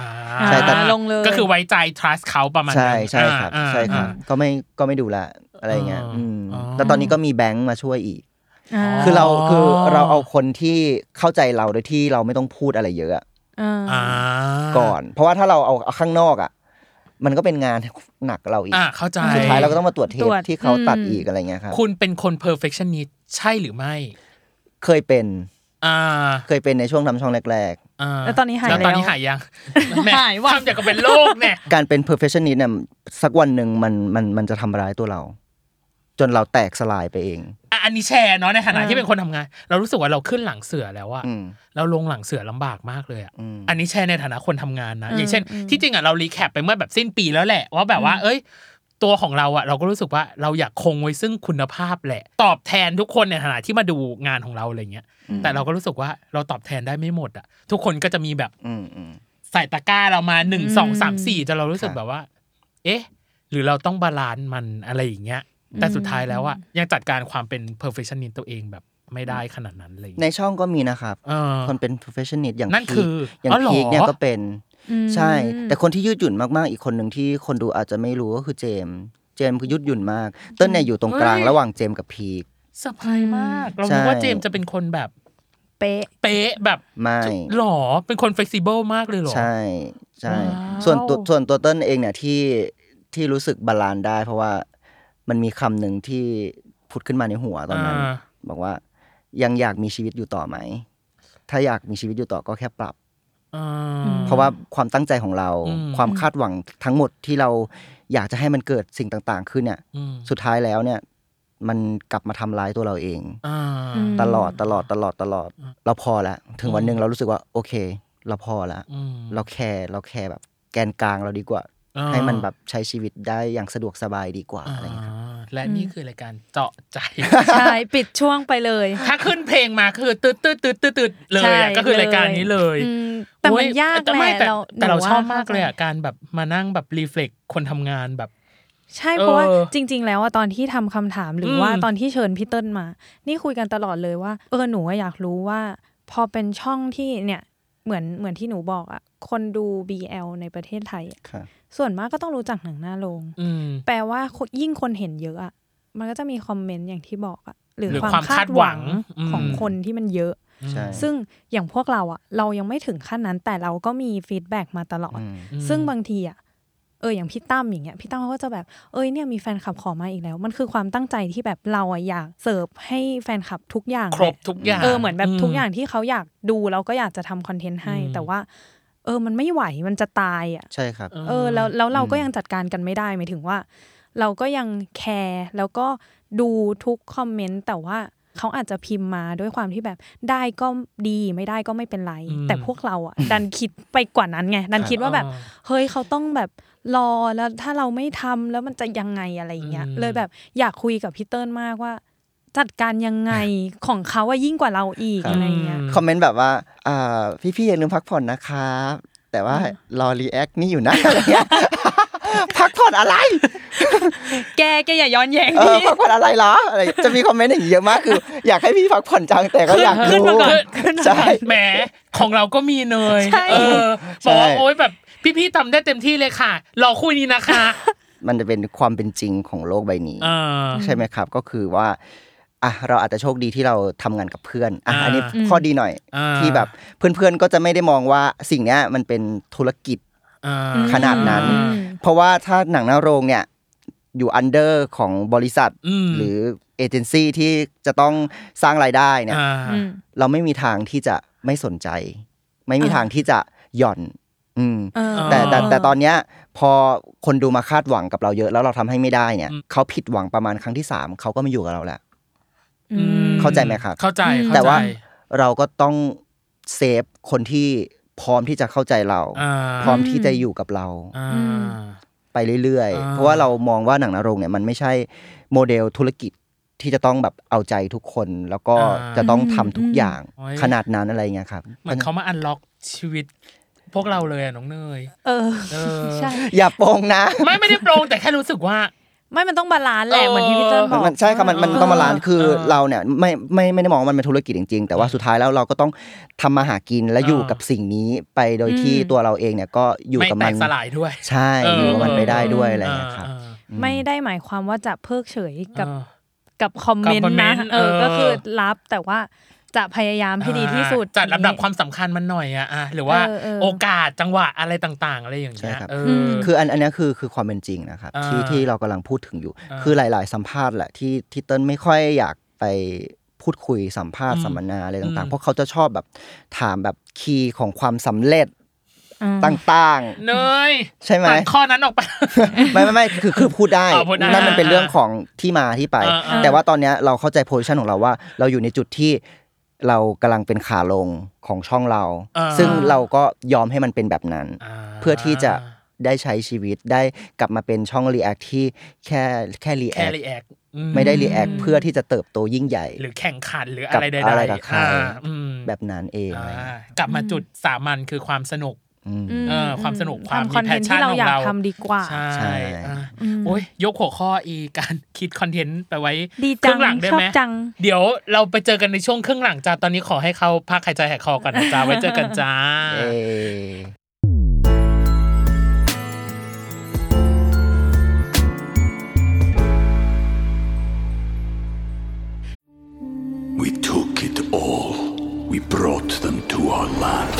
ใช่แต่
ลงเลย
ก็คือไว้ใจ trust เขาประมาณ
ใช่
นั้น
ใช่ครับ
อ่า
ใช่ครับ
อ่า
ก็ไม่ก็ไม่ดูละอะไรอย่างเงี้ย
อ๋อ
อืม
อ๋อ
แต่ตอนนี้ก็มีแบงค์มาช่วยอีก
า
คือเราคือเราเอาคนที่เข้าใจเราโดยที่เราไม่ต้องพูดอะไรเยอะอะ
อ่า
อ่า
ก่อน เพราะว่าถ้าเราเอาเอาข้างนอกอ่ะมันก็เป็นงานหนักเราอีก
อ่าเข้าใจ
สุดท้ายเราก็ต้องมาตรวจเทป
ตรวจ
ที่เขาตัด
อืม
อีกอะไรเงี้ยครับ
คุณเป็นคน perfectionist ใช่หรือไม่
เคยเป็น
อ่า
เคยเป็นในช่วงทำช่องแรก ๆ
อ่า
แล้วตอนนี้หาย
แล้วตอนนี้
แล้ว
หายยังแม่
หายว่ะ
ทำจากกับเป็นโรคเนี่ย
การเป็น perfectionist เนี่ยสักวันหนึ่งมันมันมันจะทำร้ายตัวเรา จนเราแตกสลายไปเอง
อ่ะอันนี้แชร์เนาะในฐานะ
อ่า
ที่เป็นคนทำงาน เรารู้สึกว่าเราขึ้นหลังเสือแล้วอะ
อืม
เราลงหลังเสือลำบากมากเลยอะ
อืม
อันนี้แชร์ในฐานะคนทำงานนะ อย่างเช่น ที่จริงอะเรารีแคปไปเมื่อแบบสิ้นปีแล้วแหละ ว่าแบบว่า เอ้ย ตัวของเราอะเราก็รู้สึกว่าเราอยากคงไว้ซึ่งคุณภาพแหละ ตอบแทนทุกคนในฐานะที่มาดูงานของเราอะไรเงี้ย แต่เราก็รู้สึกว่าเราตอบแทนได้ไม่หมดอะทุกคนก็จะมีแบบ
อืมอืม
ใส่ตะกร้าเรามาหนึ่ง
อืม
สองสามสี่จนเรารู้สึก
ค่ะ
แบบว่า เอ๊ะ หรือเราต้องบาลานซ์มันอะไรอย่างเงี้ย แต่สุดท้ายแล้วอะยังจัดการความเป็น perfectionist ตัวเองแบบไม่ได้ขนาดนั้นอะไรอย่าง
ใน
เงี้ย
ช่องก็มีนะครับ
เออ
คนเป็น perfectionist อย่าง
นั่น
พี
คือ
อย่าง
อ๋อเหรอ
พีคเนี่ยก็เป็น
อืม
ใช่ แต่คนที่ยืดหยุ่นมากๆ อีกคนหนึ่งที่คนดูอาจจะไม่รู้ก็คือเจมส์เจมส์คือยืดหยุ่นมาก เต้นเนี่ยอยู่ตรงกลางระหว่างเจมส์กับพีค
เซอร์ไพรส์มาก เราคิด
ใช่
ว่าเจมส์จะเป็นคนแบบ
เป๊ะ
เป๊ะแบบ
ไม่
หล่อเป็นคน flexible มากเลยเหรอ
ใช่ใช่
ว้าว
ส่วนตัวส่วนตัวเต้นเองเนี่ยที่ที่รู้สึกบาลานซ์ได้ เพราะว่ามันมีคำหนึ่งที่พุดขึ้นมาในหัวตอนนั้น
อ่า
บอกว่ายังอยากมีชีวิตอยู่ต่อไหม ถ้าอยากมีชีวิตอยู่ต่อก็แค่ปรับ
เออ
เพราะว่าความตั้งใจของเรา
อืม
ความคาดหวังทั้งหมดที่เราอยากจะให้มันเกิดสิ่งต่างๆขึ้นเนี่ย
อืม
สุดท้ายแล้วเนี่ยมันกลับมาทำร้ายตัวเราเอง
อ่า
ม
ตลอดตลอดตลอดตลอด เราพอแล้วถึงวันหนึ่งเรารู้สึกว่าโอเค เราพอแล้ว
อืม
เราแคร์เราแคร์แบบแกนกลางเราดีกว่า
อ่า
ให้มันแบบใช้ชีวิตได้อย่างสะดวกสบายดีกว่าอะไรอย่างเงี้ยครับ
อ่าและนี่คือรายการเจาะใจ
ใช่ปิดช่วงไปเลย
ถ้าขึ้นเพลงมาคือตืดตืดตืดตืดตืดเลย
ใช่
อะก็คือรายการนี้เลย
อืมแต่
โอ้
มันยาก
แต่ไม่
แห
แต่
ละเรา
แต่เรา
หนูว่า
ชอบมากเลย
เข้า
อะ
ใจ
การแบบมานั่งแบบรีเฟล็กคนทำงานแบบ
ใช่เพราะว่า
เออ
จริง ๆ แล้วอะตอนที่ทำคำถามหรืออ
ม
ว่าตอนที่เชิญพี่เติ้ลมา นี่คุยกันตลอดเลยว่า เออหนูอะอยากรู้ว่า พอเป็นช่องที่เนี่ยเหมือนเหมือนที่หนูบอกอะคนดู BL ในประเทศไทยอะ
ค่ะ
ส่วนมากก็ต้องรู้จักหนังหน้าโรง
อืม
แปลว่าคนยิ่งคนเห็นเยอะอะมันก็จะมีคอมเมนต์อย่างที่บอกอะหรือ
หรือ
ความ
ความ
คา
คา
ด
ด
ห
หวั
วัง
งอืม
ของคนที่มันเยอะ
ใช่
ซึ่งอย่างพวกเราอะเรายังไม่ถึงขั้นนั้นแต่เราก็มีฟีดแบ็กมาตลอด
อืม
ซึ่งบางทีอะเอออย่างพี่ตั้มอย่างเงี้ยพี่ตั้มเขาก็จะแบบเอ้ยเนี่ยมีแฟนคลับขอมาอีกแล้ว มันคือความตั้งใจที่แบบเราอะอยากเสิร์ฟให้แฟนคลับทุกอย่าง
ครบทุกอย่าง
เออเหมือนแบบทุกอย่างที่เขาอยากดูเราก็อยากจะทำคอนเทนต์ให้ แต่ว่า เออมันไม่ไหวมันจะตายอะ
ใช่ครับ
เออแล้วแล้วเราก็ยังจัดการกันไม่ได้หมายถึงว่า เราก็ยังแคร์แล้วก็ดูทุกคอมเมนต์แต่ว่าเขาอาจจะพิมพ์มาด้วยความที่แบบได้ก็ดีไม่ได้ก็ไม่เป็นไร แต่พวกเราอ่ะ ดันคิดไปกว่านั้นไง ดันคิดว่าแบบ เฮ้ยเขาต้องแบบรอแล้วถ้าเราไม่ทำแล้วมันจะยังไงอะไรอย่างเงี้ยเลยแบบอยากคุยกับพี่เติ้ลมากว่า จัดการยังไง ของเขาว่ายิ่งกว่าเราอีก
ครับ
อะไรอย่างเงี้ย
คอมเมนต์แบบว่าอ่าพี่ๆอย่าลืมพักผ่อนนะครับ แต่ว่ารอรีแอคนี่อยู่นะอะไรเงี้ย (laughs) พักผ่อนอะไร
แกแกอย่าย้อนแย้ง
เออ
พี่
พักผ่อนอะไรเหรออะไรจะมีคอมเมนต์อย่างนี้เยอะมากคือ อยากให้พี่พักผ่อนจังแต่ก็อยาก
ขึ้น
รู้
มาก่อน
ใช่
แหมของเราก็มีเนย
ใช่
เออบอกว่า
ใช่
โอ๊ยแบบพี่ๆทำได้เต็มที่เลยค่ะ รอคู่นี้นะคะ
มันจะเป็นความเป็นจริงของโลกใบนี้
เออ
ใช่ไหมครับ ก็คือว่าอ่ะเราอาจจะโชคดีที่เราทำงานกับเพื่อนอ่ะ
อ่า
อันนี้ข้อดีหน่อย
อ่า
ที่แบบเพื่อนๆก็จะไม่ได้มองว่าสิ่งเนี้ยมันเป็นธุรกิจ
เออ
ขนาดนั้น
อืม
เพราะว่าถ้าหนังหน้าโรงเนี่ย อยู่อันเดอร์ของบริษัท
อืม
หรือเอเจนซี่ที่จะต้องสร้างรายได้เนี่ย
อ่า
อืม
เราไม่มีทางที่จะไม่สนใจ ไม่มีทางที่จะหย่อน อืม
เออ
แต่แต่
อ๋อ
แต่ตอนเนี้ยพอคนดูมาคาดหวังกับเราเยอะแล้วเราทำให้ไม่ได้เนี่ย
อืม
เขาผิดหวังประมาณครั้งที่สามเขาก็ไม่อยู่กับเราแล้ว
อืม
เข้าใจไหมครับ
เข้าใจเข้ใจ
แต่ว่าเราก็ต้องเซฟคนที่พร้อมที่จะเข้าใจเรา
อ่า
พร้อมที่จะอยู่กับเรา
อ่า
ไปเรื่อยๆ
อ่า
เพราะว่าเรามองว่าหนังนรงเนี่ยมันไม่ใช่โมเดลธุรกิจที่จะต้องแบบเอาใจทุกคน แล้วก็จะต้องทำทุกอย่างขนาดนั้นอะไรเงี้ยครับ
เหมือนเขามาอันล็อกชีวิต พวกเราเลยอะน้องเนย
เออ
เออ
ใช่
อย่าโปงนะ
ไม่ไม่ได้โปรงแต่แค่รู้สึกว่า
ไม่มันต้องบาลานซ์แหละ
เออ
เหมือนที่พี่เติ้ลบอก
มันใช่ครับมันมันต้องมาลานซ์คือเราเนี่ยไม่ไม่ไม่ได้มองว่ามันเป็นธุรกิจจริงๆ แต่ว่าสุดท้ายแล้วเราก็ต้องทำมาหากินและอยู่กับสิ่งนี้ไปโดยที่ตัวเราเองเนี่ยก็อยู่
ไม่
กับ
แต
มัน
กสลายด้วย
ใช่อยู่กับมันไปได้ด้วยอะไรเงี้ยครับ
อ่า
ไม่ได้หมายความว่าจะเพิกเฉยกับ
อ่า
กับคอมเมน
กับคอม
ต์
เม
นะ
นต์
เออ
เออ
ก็คือรับแต่ว่าจะพยายามให้ดีที่สุด
จัดลำดับความสำคัญมันหน่อยอะอ่ะหรือว่า
เออเออ
โอกาสจังหวะอะไรต่างๆ อะไรอย่างเงี้ย
ใช่ครับ
เออ
คืออันอันเนี้ยคือคือความเป็นจริงนะครับ
อ่า
ที่ที่เรากำลังพูดถึงอยู่
อ่า
คือหลาย ๆ สัมภาษณ์แหละที่ที่เติ้ลไม่ค่อยอยากไปพูดคุยสัมภาษณ์สัมมนาอะไรต่าง ๆ เพราะเขาจะชอบแบบถามแบบคีย์ของความสำเร็จต่าง ๆ
เนย
ใช่ไหม
ตัดข้อนั้นออกไป
(laughs) ไม่ไม่ไม่คือคือพูดได้
อ๋อพูดได้
นั่นมันเป็นเรื่องของที่มาที่ไป
อ่าอ่า
แต่ว่าตอนเนี้ยเราเข้าใจโพสิชันของเราว่า เราอยู่ในจุดที่เรากำลังเป็นขาลงของช่องเรา
อ่า
ซึ่งเราก็ยอมให้มันเป็นแบบนั้น เพื่อที่จะได้ใช้ชีวิตได้กลับมาเป็นช่องรีแอคที่แค่แค่รีแอ
แค่
ค
รีแอค
ไม่ได้รีแอคเพื่อที่จะเติบโตยิ่งใหญ่
หรือแข่งขันหรือ
กั
อะ
บ
ไรใด
อะไรกับ
ๆ
ใคร
อ่าอืม
แบบนั้นเองอะไร
อ่า
เงี้ย
กลับมาจุดสามัญคือความสนุก
อืม
ม
เออความสนุก
อื
ความ
ทำคอนเทน
มี
ต์
passion
ที่เราอยาก
ของเรา
ทำดีกว่า
ใช่
ใช่
อ่ะโอ้ยยกหัวข้ออีการคิดคอนเทนต์ไปไว้
ดี
เค
จัง
รื่องหลังได้ไหม
ชอบจัง
เดี๋ยวเราไปเจอกันในช่วงเครื่องหลังจ้าตอนนี้ขอให้เขาพักหายใจหายคอก่อนนะจ้าไว้เจอกันจ้า
เออ
We took it all. We brought them to our land.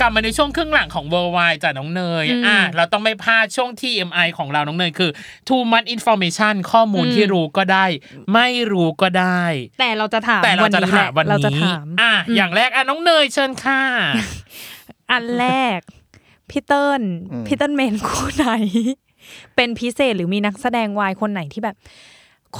กลับมาในช่วงครึ่งหลังของเวอร์ไวจากน้องเนย อ่ะเราต้องไม่พลาดช่วง TMI ของเราน้องเนยคือ too much information ข้อมูลที่รู้ก็ได้ ไม่รู้ก็ได้
แต่เราจะถาม
แต่เราจะถามวัน
แหละเราจะ
นี้
ถาม
อ่ะอย่างแรกอ่ะน้องเนยเชิญค่ะ
อันแรกพี่เติ้ล (laughs) พี่เติ้ลเมนคู่ไหน เป็นพิเศษหรือมีนักแสดงวายคนไหนที่แบบ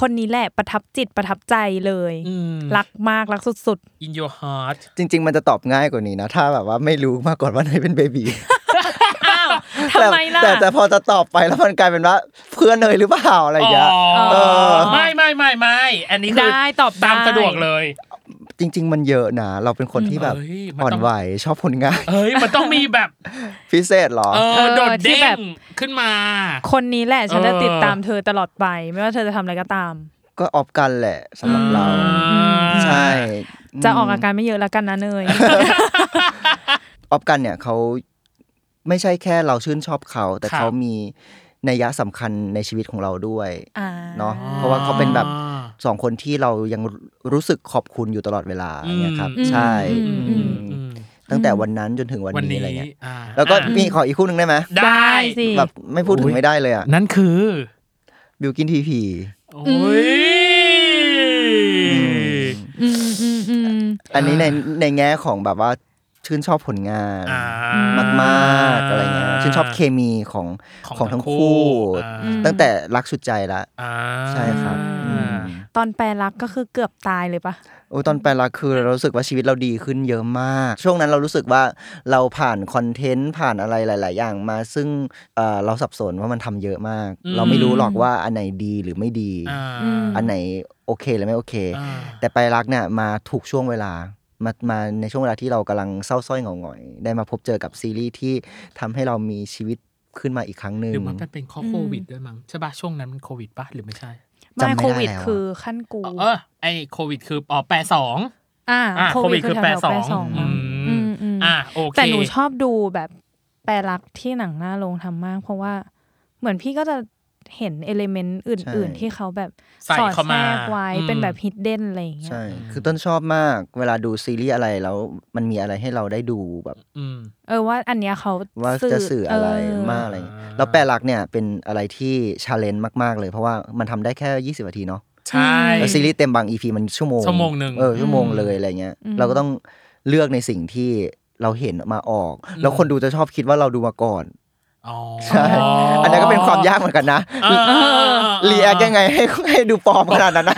คนนี้แหละประทับจิตประทับใจเลย
อืม
รักมากรักสุด
in your heart
จริง ๆ มันจะตอบง่ายกว่านี้นะ ถ้าแบบว่าไม่รู้มาก่อนว่าไหนายเป็นเบบี
ๆ อ้าว (laughs) ทำไมล่ะ
แต่แต่แต่พอจะตอบไปแล้วมันกลายเป็นว่าเพื่อนเลยหรือเปล่าอะไรอย่างเงี้ย
อ
เออ
ไม่ไม่ไม่ไม่อันนี้คือ
ได้ตอบ
ตาม
ได้
สะดวกเลย
จริง ๆ มันเยอะนะเราเป็นคนที่แบบ
เฮ้ยมั
อ่อน
ต้ง
ไหวชอบผลงาน (laughs)
เอ้ยมันต้องมีแบบ
พิเศษเหรอ
เอ
เอ
อ
อ
โดด
ที่
เด้
แบบ
งขึ้นมา
คนนี้แหละฉันจะ
เออ
ติดตามเธอตลอดไป ไม่ว่าเธอจะทำอะไรก็ตาม
ก็ออฟกันแหละสำหรับเรา
อ่า
ใช่
จะออกอาการไม่เยอะแล้วกันนะเนย
ออฟกันเนี่ยเขาไม่ใช่แค่เราชื่นชอบเขา แต่
ครับ
เขามีนัยยะสำคัญในชีวิตของเราด้วย
อ่า
(laughs) เนาะเพราะว่าเขาเป็นแบบสองคนที่เรายังรู้สึกขอบคุณอยู่ตลอดเวลาเนี่ยครับ
อืม
ใช่
อืมอืม
อืม
อืม
ตั้งแต่วันนั้นจนถึงวัน
วัน
นี้
นี้
อะไรเงี้ย
อ่า
แล้วก็
อ่ะ
มีขออีกคู่หนึ่งได้ไหม
ได้
สิ
แบบไม่พูดถึ
โอ้
ง
ย
ไม่ได้เลยอ่ะ
นั่นคือ
บิวกินทีพี
โอ้ย
อืมอืมอืม
อันนี้ในในแง่ของแบบว่าชื่นชอบผลงาน
อ่าม
ากๆอะไรเงี้ยชื่นชอบเคมีของ
ของ
ของ
ทั้
ทั้
ง
ง
คู่
คู่
อ่า
ตั้งแต่รักสุดใจละ
อ่า
ใช่ครับอืม
ตอนแปลรักก็คือเกือบตายเลยปะ
โอ้ยตอนไปละคือเรารู้สึกว่าชีวิตเราดีขึ้นเยอะมาก ช่วงนั้นเรารู้สึกว่าเราผ่านคอนเทนต์ผ่านอะไรหลาย ๆ อย่างมา ซึ่งเอ่อเราสับสนว่ามันทำเยอะมาก เราไม่รู้หรอกว่าอันไหนดีหรือไม่ดี
อ่า
อันไหนโอเคหรือไม่โอเค
อ่า
แต่ไปรักเนี่ยมาถูกช่วงเวลามามาในช่วงเวลาที่เรากำลังเศร้าสร้อยเหงาหงอย ได้มาพบเจอกับซีรีส์ที่ทำให้เรามีชีวิตขึ้นมาอีกครั้งหนึ่
ห
ง
รือว่ามันเป็นข้อโควิดด้วยมั้งใช่ปะช่วงนั้นมันโควิดปะหรือไม่ใช่
จำไม่
ไม่
ได้
โควิด
แล้วอะ
คือขั้นกู
เออไอโควิดคืออ๋อแปรสอง
อ่า
อ่าโควิดคือ
แถวๆ
แปรสอง
มั้ง
อืม
มม
อ่าโอเค
แต่หนูชอบดูแบบแปลรักที่หนังหน้าโรงทำมาก เพราะว่าเหมือนพี่ก็จะเห็นเอลิเมนต์อื่น ๆ ที่เขาแบบ
ใส่
สอด
เข้า
แทร
มาก
ไว้
อืม
เป็นแบบฮิดเด้นอะไรอย่างเงี้ย
ใช่ คือต้นชอบมาก เวลาดูซีรีส์อะไรแล้วมันมีอะไรให้เราได้ดูแบบ
อืม
เออว่าอันเนี้ยเขา
ว่าจะสื่ออะไร
เ
มากอะไรอย่างเงี้ย
อ่า
แล้วแปลรักเนี่ยเป็นอะไรที่ชาเลนจ์มาก ๆ เลย เพราะว่ามันทำได้แค่ 20นาทีเนาะ
ใช่
แล้วซีรีส์เต็มบาง EP มันชั่วโมง
ชั่วโมงหนึ่ง
เออชั่วโมงเลยอะไรเงี้ย เราก็ต้องเลือกในสิ่งที่เราเห็นมาออก แล้วคนดูจะชอบคิดว่าเราดูมาก่อน
อ๋อ
ใช่ อันนั้นก็เป็นความยากเหมือนกันนะ
เออเออเออเออ
รีแอคยังไงให้ให้ดูปลอมขนาดนั้นนะ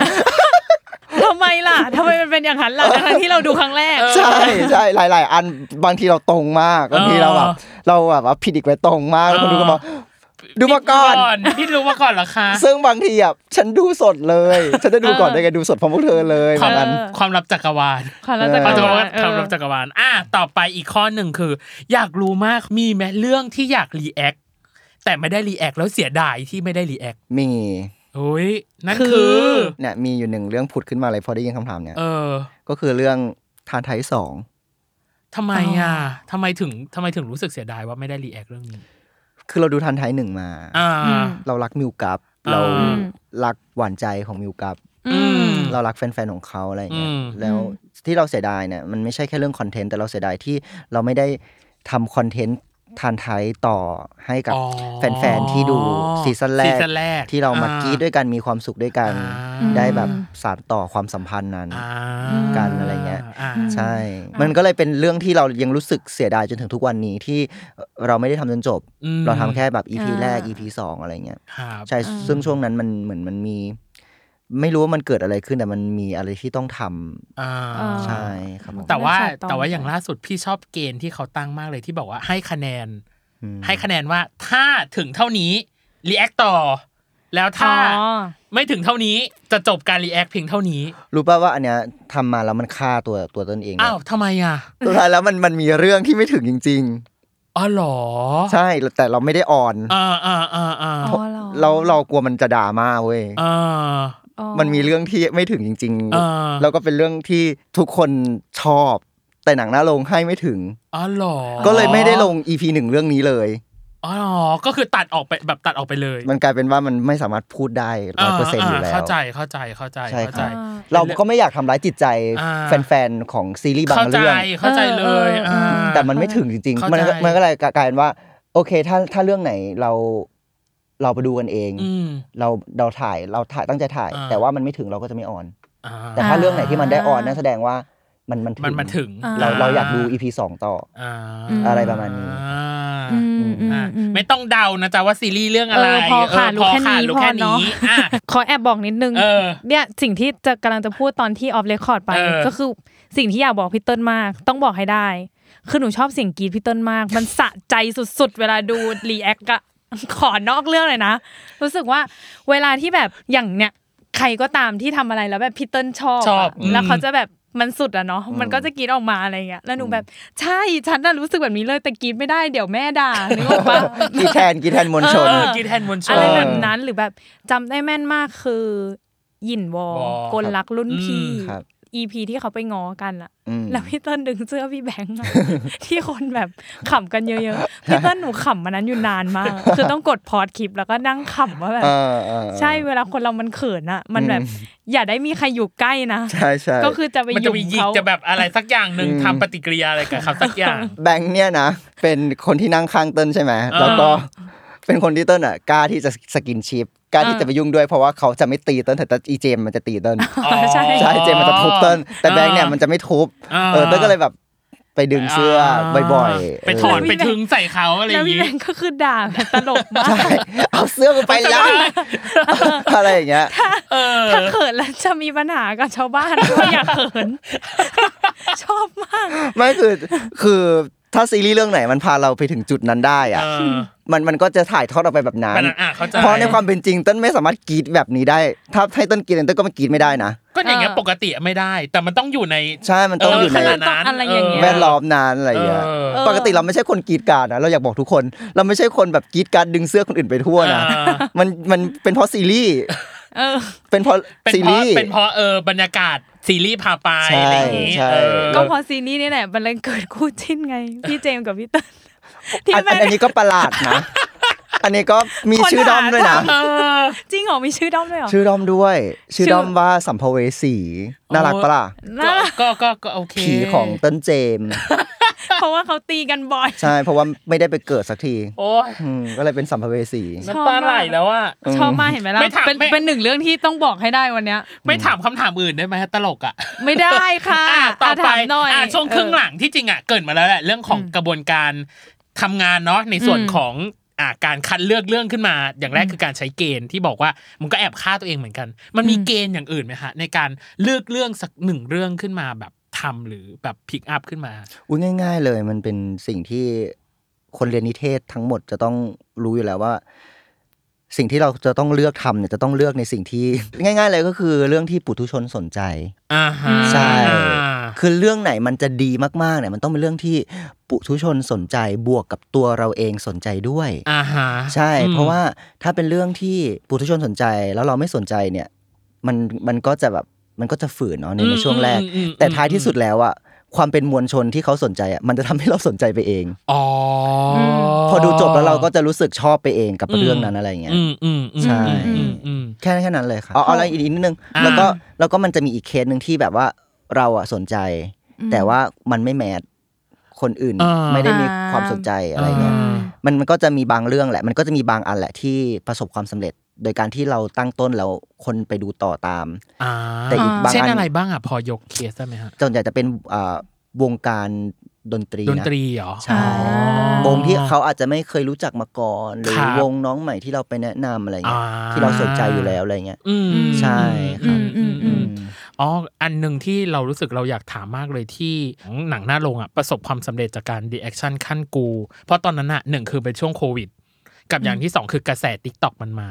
ทำไมล่ะทำไมมันเป็นอย่างนั้นล่ะทั้งๆที่เราดูครั้งแรก
ใช่ใช่หลาย ๆ อันบางทีเราตรงมากบางทีเราแบบเราแบบว่าผิดอีกไปตรงมากแล้วคนดูก็บอกดูมาก่อน
พี่รู้มาก่อนเหรอคะ
ซึ่งบางทีอ่ะฉันดูสดเลย ฉันจะดูก่อนได้ไงดูสดพร้อมพวกเธอเลย
ความ
บางอัน
ความลับจักรวาล
ความลับจัก
ความ
รวาล
ความลับจักรวาลอ่ะต่อไปอีกข้อหนึ่งคือ อยากรู้มากมีไหมเรื่องที่อยากรีแอคแต่ไม่ได้รีแอคแล้วเสียดายที่ไม่ได้รีแอค
มี
โอ้ยนั่นคือ
เนี่ยมีอยู่หนึ่งเรื่องผุดขึ้นมาเลยพอได้ยินคำถามเนี่ย
เออ
ก็คือเรื่องทานไทยสอง
ทำไมอ่ะทำไมถึงทำไมถึงรู้สึกเสียดายว่าไม่ได้รีแอคเรื่องนี้
คือเราดูทานไทยหนึ่งมา
อ่า
เรารักมิวกับ
อ่า
เรารักหวานใจของมิวกับ
อืม
เรารักแฟนๆของเขาอะไรอย่างเงี้ย
อืม
แล้วที่เราเสียดายเนี่ยมันไม่ใช่แค่เรื่องคอนเทนต์แต่เราเสียดายที่เราไม่ได้ทำคอนเทนต์ทานไทยต่อให้กับ
อ๋อ
แฟนๆที่ดูซีซั่นแร
ซี
ก
ซั่นแรก
ที่เรามา
อ่
กรีดด้วยกันมีความสุขด้วยกัน
อ่า
ได้แบบสานต่อความสัมพันธ์นั้น
อ่า
กันอะไรเงี้ย
อ่า
ใช่ มันก็เลยเป็นเรื่องที่เรายังรู้สึกเสียดายจนถึงทุกวันนี้ที่เราไม่ได้ทำจนจบ
อืม
เราทำแค่แบบ EP
อ่า
แรก EP สองอะไรเงี้ย
ครับ
ใช่ซึ่งช่วงนั้นมันเหมือนมันมี ไม่รู้ว่ามันเกิดอะไรขึ้นแต่มันมีอะไรที่ต้องทำ
อ่า
อ่า
ใช่ครับผม
แต่ว่า
น่าจะต้อง
แต่ว่าอย่างล่าสุดพี่ชอบเกณฑ์ที่เขาตั้งมากเลยที่บอกว่าให้คะแนน ให้คะแนนว่าถ้าถึงเท่านี้รีแอคต่อ แล้ว
อ๋
ถ้า
อ
ไม่ถึงเท่านี้จะจบการรีแอคเพียงเท่านี้
รู้ป่าวว่าอันเนี้ยทำมาแล้วมันฆ่าตัวตัวตนเอง
อ้าวทำไมอ่ะ
สุดท้ายแล้วมันมันมีเรื่องที่ไม่ถึงจริง
อ๋อเหรอ
ๆ ใช่แต่เราไม่ได้อ่อน
อ่าอ่าอ่าอ่า
อ๋อเหรอ
เราเรากลัวมันจะด่ามาเว้ย
อ่า
อ๋อ
มันมีเรื่องที่ไม่ถึงจริง
อ่า
ๆ แล้วก็เป็นเรื่องที่ทุกคนชอบ แต่หนังหน้าลงให้ไม่ถึง
อ๋อเหรอ
ก็เลยไม่ได้ลง EP หนึ่งเรื่องนี้เลย
อ๋อเหรอก็คือตัดออกไปแบบตัดออกไปเลย
มันกลายเป็นว่ามันไม่สามารถพูดได้ร้อยเปอร์เซ็นต์อยู่แล้ว
เข้าใจเข้าใจเข้าใจ
ใช่
เข้า
ค
ใจ
รับ เราก็ไม่อยากทำร้ายจิตใจ
อ่า
แฟนๆ ของซีรีส์บาง
เข้าใจ
เรื่อง
เข้าใจเลย
เอออ่
อ่า
แต่มันไม่ถึงจริง
เข้า
ๆ
ใจ
มันก็มันก็เลยกลายเป็นว่า โอเคถ้าถ้าเรื่องไหนเราเราไปดูกันเอง
อืม
เราเราถ่ายเราถ่ายตั้งใจถ่าย
อ่า
แต่ว่ามันไม่ถึงเราก็จะไม่ออน
อ่า
แต่ถ้าเรื่องไหนที่มันได้ออนนั่นแสดงว่ามันมัน
มันมันถึง
เราเราอยากดู EP สองต่อ
อ่า
อะไรประมาณนี้
อ่า
อืมอืม
อ่ะ
อืม
ไม่ต้องเดานะจ๊ะว่าซีรีส์เรื่องอะไร
เออพอค่ะ
เออ
รู้แค่นี้
รู้
พอ
แค่
เนาะ
นี้อ่ะ
ขอแอบบอกนิดนึง
เออ
เนี่ยสิ่งที่จะกำลังจะพูดตอนที่ออฟเรคคอร์ดไป
เออ
ก็คือสิ่งที่อยากบอกพี่เติ้ลมาก ต้องบอกให้ได้ คือหนูชอบเสียงกรีดพี่เติ้ลมาก มันสะใจสุดๆ เวลาดูรีแอคอะขอนอกเรื่องเลยนะ รู้สึกว่าเวลาที่แบบอย่างเนี่ยใครก็ตามที่ทำอะไรแล้วแบบพี่เติ้ลชอบ
ชอบ
อะ
อืม
แล้วเขาจะแบบมันสุดอะเนาะมันก็จะกรีดออกมาอะไรเงี้ยแล้วหนูแบบใช่ฉันน่ะรู้สึกแบบนี้เลยแต่กรีดไม่ได้เดี๋ยวแม่ด่านึกออกปะ
กีแทนกีแทนมวลชน
เออกินแทนมวลช
อะ
น
ไรแบบนั้นหรือแบบจำได้แม่นมากคือหยินวอ
วอก
ลรักรุ่นพี่
อืม
ครับ
อีพีที่เขาไปงอกันอะ
ม
แล้วพี่เติ้ลดึงเสื้อพี่แบงค์อะ (laughs) ที่คนแบบขำกันเยอะๆพี่เติ้ลหนูขำมันนั้นอยู่นานมาก คือต้องกดพอดคลิปแล้วก็นั่งขำว่าแบบ
เออเออเออ
ใช่เวลาคนเรามันเขินอะมันแบบ อย่าได้มีใครอยู่ใกล้นะ
ใช่ใช่
ก็คือจะไป
มัน
ห
จะ
ยุ่ม
มีหยิก
เขา
จะแบบอะไรสักอย่างหนึ่งทำปฏิกิริยาอะไรกับเขาสักอย่าง
แบงค์เนี่ยนะ เป็นคนที่นั่งข้างเติ้ลใช่ไหม
เออ
แล้วก็เป็นคนที่เติ้ลอ่ะกล้าที่จะสกินชิปกล้าที่จะไปยุ่งด้วยเพราะว่าเขาจะไม่ตีเติ้ลแต่อีเจมส์มันจะตีเติ้ล
อ๋อ
ใช่
ใช่เจมส์มันจะทุบเติ้ลแต่แบงค์เนี่ยมันจะไม่ทุบ
อ่า
เออเติ้ลก็เลยแบบไปดึงเสื้อบ่อยๆ
ไปถอน
เ
ไปถึงใส่เขาอะไรอ
แล้ว
ย่าง
พี่
งี้
แบงค์ก็คือด่าแบบตลกมาก
ใช่เอาเสื้อกูไปแล้ว (laughs) อะไรอย่างเงี้ย
ถ้าเขินแล้วจะมีปัญหากับชาวบ้าน (laughs) ก็อย่าเขิน ชอบมาก
ไม่คือคือถ้าซีรีส์เรื่องไหนมันพาเราไปถึงจุดนั้นได้อะ
เออ
มันมันก็จะถ่ายทอดออกไปแบบนั้น
แบบนั้นอ่ะเข้าใจ
เพราะในความเป็นจริงเต้นไม่สามารถกรีดแบบนี้ได้ ถ้าให้เต้นกรีดเต้นก็ไม่กรีดไม่ได้นะ
ก็อย่างเงี้ย
เออ
ปกติไม่ได้ แต่มันต้องอยู่ใน
ใช่มันต้องอยู่ใน
เออขนาดนั้น
อะไรอย่างเงี้ย
แวดล้อมนานอะไรอย่างเงี้ย
เออ
ปกติเราไม่ใช่คนกรีดกรารนะเราอยากบอกทุกคน เราไม่ใช่คนแบบกรีดกรารดึงเสื้อคนอื่นไปทั่วนะ
เออ
มันมันเป็นเพราะซีรีส์
เออ
เป็นเพราะ
เป็น
ซี
เพ
รี
ราะ
ส์
เป็นเพราะเออบรรยากาศซีรีส์พาไป
ใช่
อะไรอย่างงี้
ใช่
เออ
ก็เพอซีนนี้นี่แหละมันเลยเกิดคู่จิ้นไง (laughs) พี่เจมส์กับพี่เติ้ล (laughs) ที่
อัน
แม่
อันนี้ก็ประหลาดนะ อันนี้ก็มีชื่อด้อมด้วยนะ
คนหาทำจ (laughs) ริงเหรอ มีชื่อด้อมด้วยเหรอ
ชื่อด้อมด้วย ชื่อ
ชื่อ
ด้อมว่าสัมภเวสีน่ารักปะล่ะ
น่ารัก
ก็ก็ก็โอเค
ผีของเต้นเจมส์
(laughs) เพราะว่าเขาตีกันบ่อย
ใช่เพราะว่าไม่ได้ไปเกิดสักที
โอ้ย
อืมก็เลยเป็นสัมภเวสี
น้ำตาไหลแล้วอ่ะ
ชอบมากเห็นไหมล่ะ
ไม่ถาม
เป็น
ไม่
เป็นหนึ่งเรื่องที่ต้องบอกให้ได้วันเนี้ย
ไม่ถามคำถามอื่นได้ไหมตลกอ่ะ
ไม่ได้ค่ะ
อ่ะต่อ
อ่ะ
ไป
ถามหน่อย
อ่ะช่วงครึ่งหลังที่จริงอ่ะเกิดมาแล้วแหละเรื่องของกระบวนการทำงานเนาะในส่วนของอ่ะการคัดเลือกเรื่องขึ้นมา อย่างแรกคือการใช้เกณฑ์ที่บอกว่ามันก็แอบฆ่าตัวเองเหมือนกัน มันมีเกณฑ์อย่างอื่นไหมฮะในการเลือกเรื่องสักหนึ่งเรื่องขึ้นมาแบบทำหรือแบบพิกอัพขึ้นมา
อุ้ยง่าย ๆ เลยมันเป็นสิ่งที่คนเรียนนิเทศทั้งหมดจะต้องรู้อยู่แล้วว่า สิ่งที่เราจะต้องเลือกทำเนี่ยจะต้องเลือกในสิ่งที่ (laughs) ง่าย ๆ เลยก็คือเรื่องที่ปุถุชนสนใจ
อ่าฮะ
ใช่
อ่า
คือเรื่องไหนมันจะดีมากๆเนี่ยมันต้องเป็นเรื่องที่ปุถุชนสนใจบวกกับตัวเราเองสนใจด้วย
อ่าฮะ
ใช่
อืม
เพราะว่าถ้าเป็นเรื่องที่ปุถุชนสนใจแล้วเราไม่สนใจเนี่ย มันมันก็จะแบบมันก็จะฝืนเนาะในในช่วงแรก
อืมอืมอืม
แต่ท้ายที่สุดแล้วอะความเป็นมวลชนที่เขาสนใจอะมันจะทำให้เราสนใจไปเอง
อ๋ออ
พอดูจบแล้วเราก็จะรู้สึกชอบไปเองกับเรื่องนั้นอะไรอย่างเงี้ย
อืมอืมอืม
ใช่
อืมอืม
แค่แค่นั้นเลยค่ะอ๋อเอาอะไรอีกนิดนึง
อ่า
แล้วก็แล้วก็มันจะมีอีกเคสหนึ่งที่แบบว่าเราอะสนใจ แต่ว่ามันไม่แมทคนอื่นไม่ได้มีความสนใจอะไรเงี้ย มันมันก็จะมีบางเรื่องแหละ มันก็จะมีบางอันแหละที่ประสบความสำเร็จ โดยการที่เราตั้งต้นแล้วคนไปดูต่อตาม
อ่า
แต่อีกบางอัน
เช่นอะไรบ้างอ่ะ พอยกเคสได้ไหมฮะ
จนใหญ่จะเป็นอ่าวงการดนตรี
ดน
นะ
ตรีเหรอ
ใช่
อ
วงที่เขาอาจจะไม่เคยรู้จักมาก่อน หรือ
ครับ
วงน้องใหม่ที่เราไปแนะนำอะไรเงี้ย
อ่า
ที่เราสนใจอยู่แล้วอะไรเงี้ย
อืม
ใช่ครับ
อืมอืมอ๋อ อันหนึ่งที่เรารู้สึกเราอยากถามมากเลยที่หนังหน้าโรงอ่ะ ประสบความสำเร็จจากการดีแอคชั่นขั้นกู เพราะตอนนั้นอ่ะหนึ่งคือเป็นช่วงโควิด กับอย่างที่สองคือกระแสติ๊กต็อกมันมา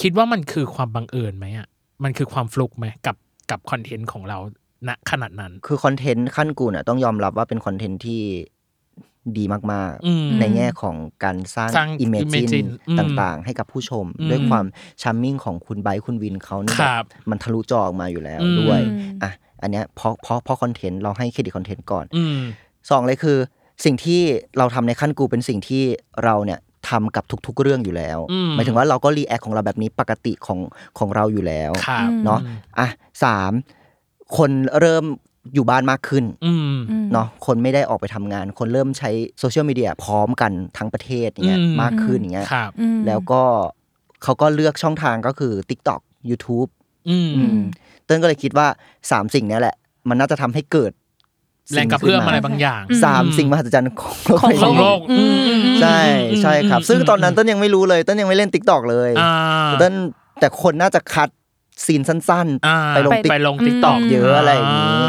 คิดว่ามันคือความบังเอิญไหมอ่ะ มันคือความฟลุกไหมกับกับคอนเทนต์ของเราณขนาดนั้น
คือคอนเทนต์ขั้นกูน่ะต้องยอมรับว่าเป็นคอนเทนต์ที่ดีมาก
อืม
ในแง่ของการสร้าง
สร้าง
อิมเมจิน
imagine อืม
ต่างๆ ให้กับผู้ชม
อืม
ด้วยความชัมมิ่งของคุณไบร์ทคุณวินเขาเนี่ย
ครับ
มันทะลุจอออกมาอยู่แล้วด้วยอ่ะอันเนี้ยเพราะเพราะเพราะคอนเทนต์เราให้เครดิตคอนเทนต์ก่อน
อืม
สองเลยคือ สิ่งที่เราทำในขั้นกูเป็นสิ่งที่เราเนี่ยทำกับทุก ๆ เรื่องอยู่แล้ว
อืม
หมายถึงว่าเราก็รีแอคของเราแบบนี้ปกติของของเราอยู่แล้ว
ครับ
เนาะอ่ะสามคนเริ่มอยู่บ้านมากขึ้น
อืม
เนาะคนไม่ได้ออกไปทำงาน คนเริ่มใช้โซเชียลมีเดียพร้อมกันทั้งประเทศอย่างเงี้ย
อืม
มากขึ้นอย่างเงี้ย
ครับ
แล้วก็เขาก็เลือกช่องทางก็คือ TikTok YouTube
อืม
เต้นก็เลยคิดว่าสามสิ่งเนี้ยแหละ มันน่าจะทำให้เกิด
แรงกระเพื่อมอะไรบางอย่าง
สามสิ่งมหัศจรรย์ของโลก
ของ
ของโลก
อืมอืม
ใช่ใช่ครับ ซึ่งตอนนั้นต้นยังไม่รู้เลยต้นยังไม่เล่นติ๊กตอกเลย
อ่า
ต้นแต่คนน่าจะคัดซีนสั้น
อ่า
ๆ ไปลงติ๊ก
ไปลงติ๊กตอก
เยอะอะไรอย่างนี้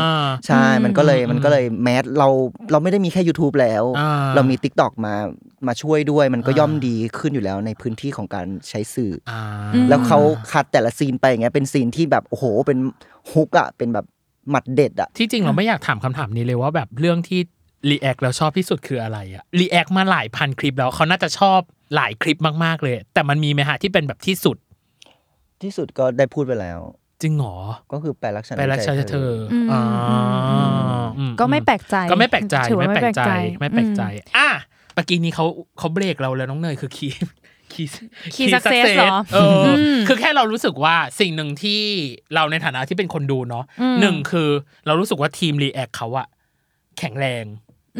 ใช่ มันก็เลยมันก็เลยแมสเราเราไม่ได้มีแค่ YouTube แล้ว
อ่า
เรามี Tik t o อกมามาช่วยด้วย มันก็
อ่า
ย่อมดีขึ้นอยู่แล้วในพื้นที่ของการใช้สื่ออ
อ่า
แล้วเขาคัดแต่ละซีนไปอย่างเงี้ยเป็นซีนที่แบบโอ้โหเป็นฮุกอ่ะเป็นแบบหมัดเด็ดอ่ะ
ที่จริงเราไม่อยากถามคำถามนี้เลยว่าแบบเรื่องที่รีแอคแล้วชอบที่สุดคืออะไรอะรีแอคมาหลายพันคลิปแล้วเขาน่าจะชอบหลายคลิปมากๆเลย แต่มันมีไหมฮะที่เป็นแบบที่สุด
ที่สุดก็ได้พูดไปแล้ว
จริงเหรอ
ก็คือแปลรักษา
ไปรักชาเธอ
อืม
อ่า
อื
อืม
ก็ไม่แปลกใจ
ก็ไม่แปลกใจ
(laughs) ถือว่า
ไม่
ไม่
แปล
แปล
ก
ก
ใจ
ใจ
ไม่แปลกใจ
อื
อ่ะปกี้นี้เขาเขาเบรกเราแล้วน้องเนยคือคี (laughs)
(laughs)
คี
คี success เหรอ
เอออ
ม
คือแค่เรารู้สึกว่าสิ่งหนึ่งที่เราในฐานะที่เป็นคนดูเนาะหนึ่งคือเรารู้สึกว่าทีมรีแอคเขาอะแข็งแรง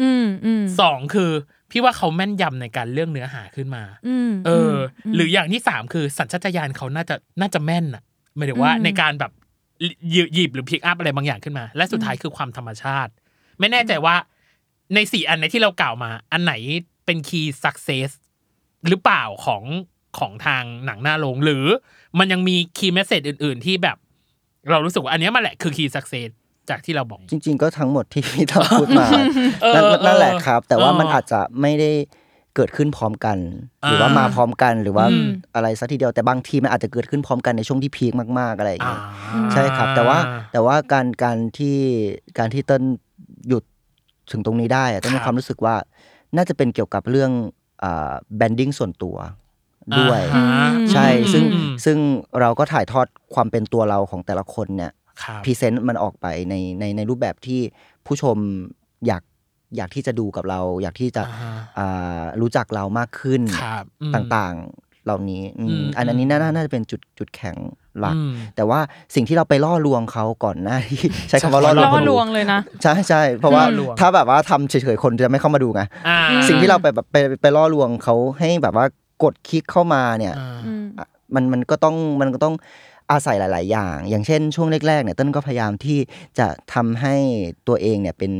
อืมอืม
สองคือพี่ว่าเขาแม่นยำในการเรื่องเนื้อหาขึ้นมา
อืม
เอออ หรืออย่างที่สามคือสัญชาตญาณเขาน่าจะน่าจะแม่นอะหมายถึงว่า
อืม
ในการแบบหยิบหยิบหรือพิกอัพอะไรบางอย่างขึ้นมา และสุดท้ายคือความธรรมชาติ ไม่แน่ใจว่าในสี่อันในที่เรากล่าวมา อันไหนเป็นคีย์สักเซสหรือเปล่าของของทางหนังหน้าโรงหรือมันยังมีคีย์เมสเซจอื่น ๆ ที่แบบ เรารู้สึกว่าอันเนี้ยมันแหละคือคีย์สักเซสจากที่เราบอก
จริง ๆ ก็ทั้งหมดที่พี่ต้องพูดมา
เออ
นั่น
เออ
นั่นแหละครับ แต่ว่า
เออ
มันอาจจะไม่ได้เกิดขึ้นพร้อมกัน หรือว่า
อ่าม
มาพร้อมกันหรือว่า
อืม
อะไรสักทีเดียวแต่บางทีมันอาจจะเกิดขึ้นพร้อมกันในช่วงที่พีคมากๆอะไรอย่าง
อ่า
เงี้ยใช่ครับ แต่ว่าแต่ว่าการการที่การที่เต้นหยุดถึงตรงนี้ได้อะเต้นมี
ครับ
ความรู้สึกว่า น่าจะเป็นเกี่ยวกับเรื่องแบนดิ้งส่วนตัวด้วย
อ่าฮะ
ใช่ซึ่ง
อืม
ซึ่งเราก็ถ่ายทอดความเป็นตัวเราของแต่ละคนเนี่ย
ครับ
พรีเซนต์มันออกไปในในในรูปแบบที่ผู้ชมอยากอยากที่จะดูกับเรา อยากที่จะ
อ่าฮะ
อ่ารู้จักเรามากขึ้น
ครับอืม
ต่างๆเหล่านี้อืม
อืม
อันอันนี้น่าน่าน่าจะเป็นจุดจุดแข็งหลัก
อืม
แต่ว่าสิ่งที่เราไปล่อลวงเขาก่อนหน้าที่ (laughs) ใช้คำว่าล่อลว
ล่
ง
อ
คน
ล
ดู
วงเลยนะ
ใช่ใช่เพราะว่า
ล่อลวง
ถ้าแบบว่าทำเฉยๆคนจะไม่เข้ามาดูไง
อ่า
สิ่งที่เราไปแบบไปไปล่อลวงเขาให้แบบว่ากดคลิกเข้ามาเนี่ย
อืม
อ่ะมันมันก็ต้องมันก็ต้องอาศัยหลาย ๆ อย่าง อย่างเช่น ช่วงแรก ๆ เนี่ยต้นก็พยายามที่จะทำให้ตัวเองเนี่ยเป็น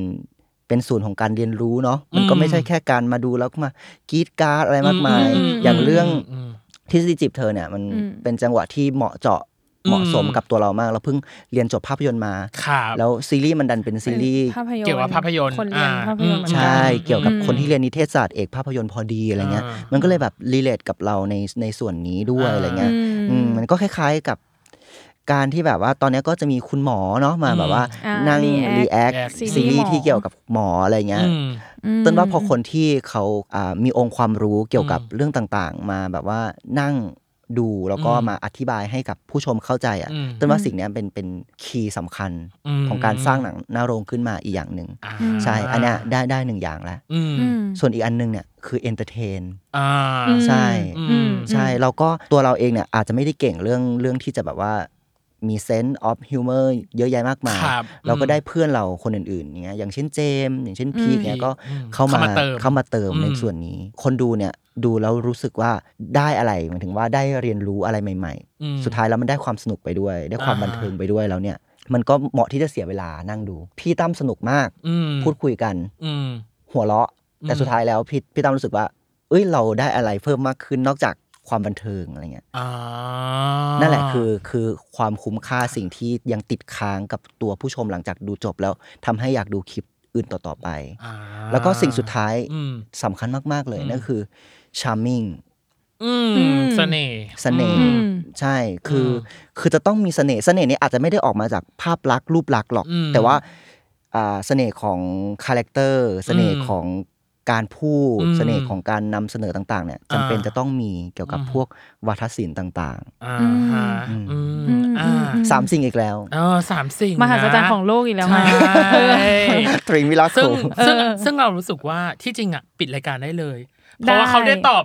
เป็นศูนย์ของการเรียนรู้เนาะมันก็
อืม
ไม่ใช่แค่การมาดูแล้วก็มากรีดกราร์ดอะไรมากมาย
อืมอืม
อย่างเรื่อง
ม
ทฤษฎีจีบเธอเนี่ยมัน
อืม
เป็นจังหวะที่เหมาะเจาะเหมาะสม
อืม
กับตัวเรามากเราเพิ่งเรียนจบภาพยนตร์มา
ครับ
แล้วซีรีส์มันดันเป็นซีรีส์
ภาพยนตร์
เกี่ยวกับภาพยนตร์
คนเรียน
อ่
ภาพยนตร์เหมือน
ใช
กั่น
เกี่ยวกับคนที่
อืม
เรียนนิเทศศาสตร์เอกภาพยนตร์พอดีอะไรเงี้ย
อ่ามั
มันก็เลยแบบรีเลทกับเราในในส่วนนี้ด้วย
อ่า
อะไรเงี้ย อืมมันก็คล้ายๆกับการที่แบบว่าตอนเนี้ยก็จะมีคุณหมอเนาะมาแบบว่า
อ่า
นั่ง
react
รีแอค
react
ซี
ซี
รีส์
รีส์
หมอ
ที่เกี่ยวกับหมออะไรเงี้ย
อืม
ต้นว่าพอคนที่เขาอ่ามีองค์ความรู้เกี่ยวกับเรื่องต่างๆ มาแบบว่านั่งดูแล้วก็
อืม
มาอธิบายให้กับผู้ชมเข้าใจอ่ะ
อืม
ต้นว่าสิ่งเนี้ยเป็นเป็นคีย์สำคัญ
อืม
ของการสร้างหนังหน้าโรงขึ้นมาอีกอย่างหนึ่ง
อ่า
ใช่อันเนี้ยได้ได้หนึ่งอย่างแล้ว
อืม
อืม
ส่วนอีกอันหนึงเนี่ยคือเอนเตอร์เทน
อ่า
ใช่
อืม
ใช่แล้วก็ตัวเราเองเนี่ยอาจจะไม่ได้เก่งเรื่องเรื่องที่จะแบบว่ามี sense of humor เยอะแยะมากมาย
ครับ
เราก็
อืม
ได้เพื่อนเราคนอื่นๆอย่างเงี้ยอย่างเช่นเจมส์อย่างเช่นพีกเนี่ยก็
อืม
เข้ามา
เข้ามาเติม
เข้ามาเติม
อืม
ในส่วนนี้ คนดูเนี่ยดูแล้วรู้สึกว่าได้อะไรหมายถึงว่าได้เรียนรู้อะไรใหม่
อืม
ๆ สุดท้ายแล้วมันได้ความสนุกไปด้วย ได้ความ
อ่า
บันเทิงไปด้วยแล้วเนี่ย มันก็เหมาะที่จะเสียเวลานั่งดู พี่ตั้มสนุกมาก
อืม
พูดคุยกัน
อืม
หัวเราะ
อืม
แต่สุดท้ายแล้วพี่พี่ตั้มรู้สึกว่า เอ้ยเราได้อะไรเพิ่มมากขึ้นนอกจากความบันเทิงอะไรเงี้ย
อ่านั่
นั่นแหละคือคือความคุ้มค่าสิ่งที่ยังติดค้างกับตัวผู้ชมหลังจากดูจบแล้วทำให้อยากดูคลิปอื่นต่อ ๆ ไป แล้วก็สิ่งสุดท้าย
อืม
สำคัญมาก ๆ เลยนั่นคือ charming
อืมเสน่ห์
เสน่ห์ใช่คืออคือจะต้องมีเสน่ห์เสน่ห์เนี่ยอาจจะไม่ได้ออกมาจากภาพลักษณ์รูปลักษณ์หรอก
อืม
แต่ว่าอ่าเสน่ห์ของคาแรคเตอร์เสน่ห์ของการพูด
อืม
เสน่ห์ของการนำเสนอต่างๆเนี่ยจำเป็น
อ่า
จะต้องมีเกี่ยวกับพวกวาทศิลป์ต่าง
อ่าฮะอืม
อืม
อ่า
อื
ๆ สามสิ่งอีกแล้ว
เออสามสิ่ง
มหัศจรรย์
นะ
ของโลกอีกแล้ว
ใช
ไง
(laughs)
่
ตรีมิลาโค
ซึ่งซึ่งซึ่งเรารู้สึกว่าที่จริงอ่ะปิดรายการได้เลย เพราะว่าเขาได้ตอบ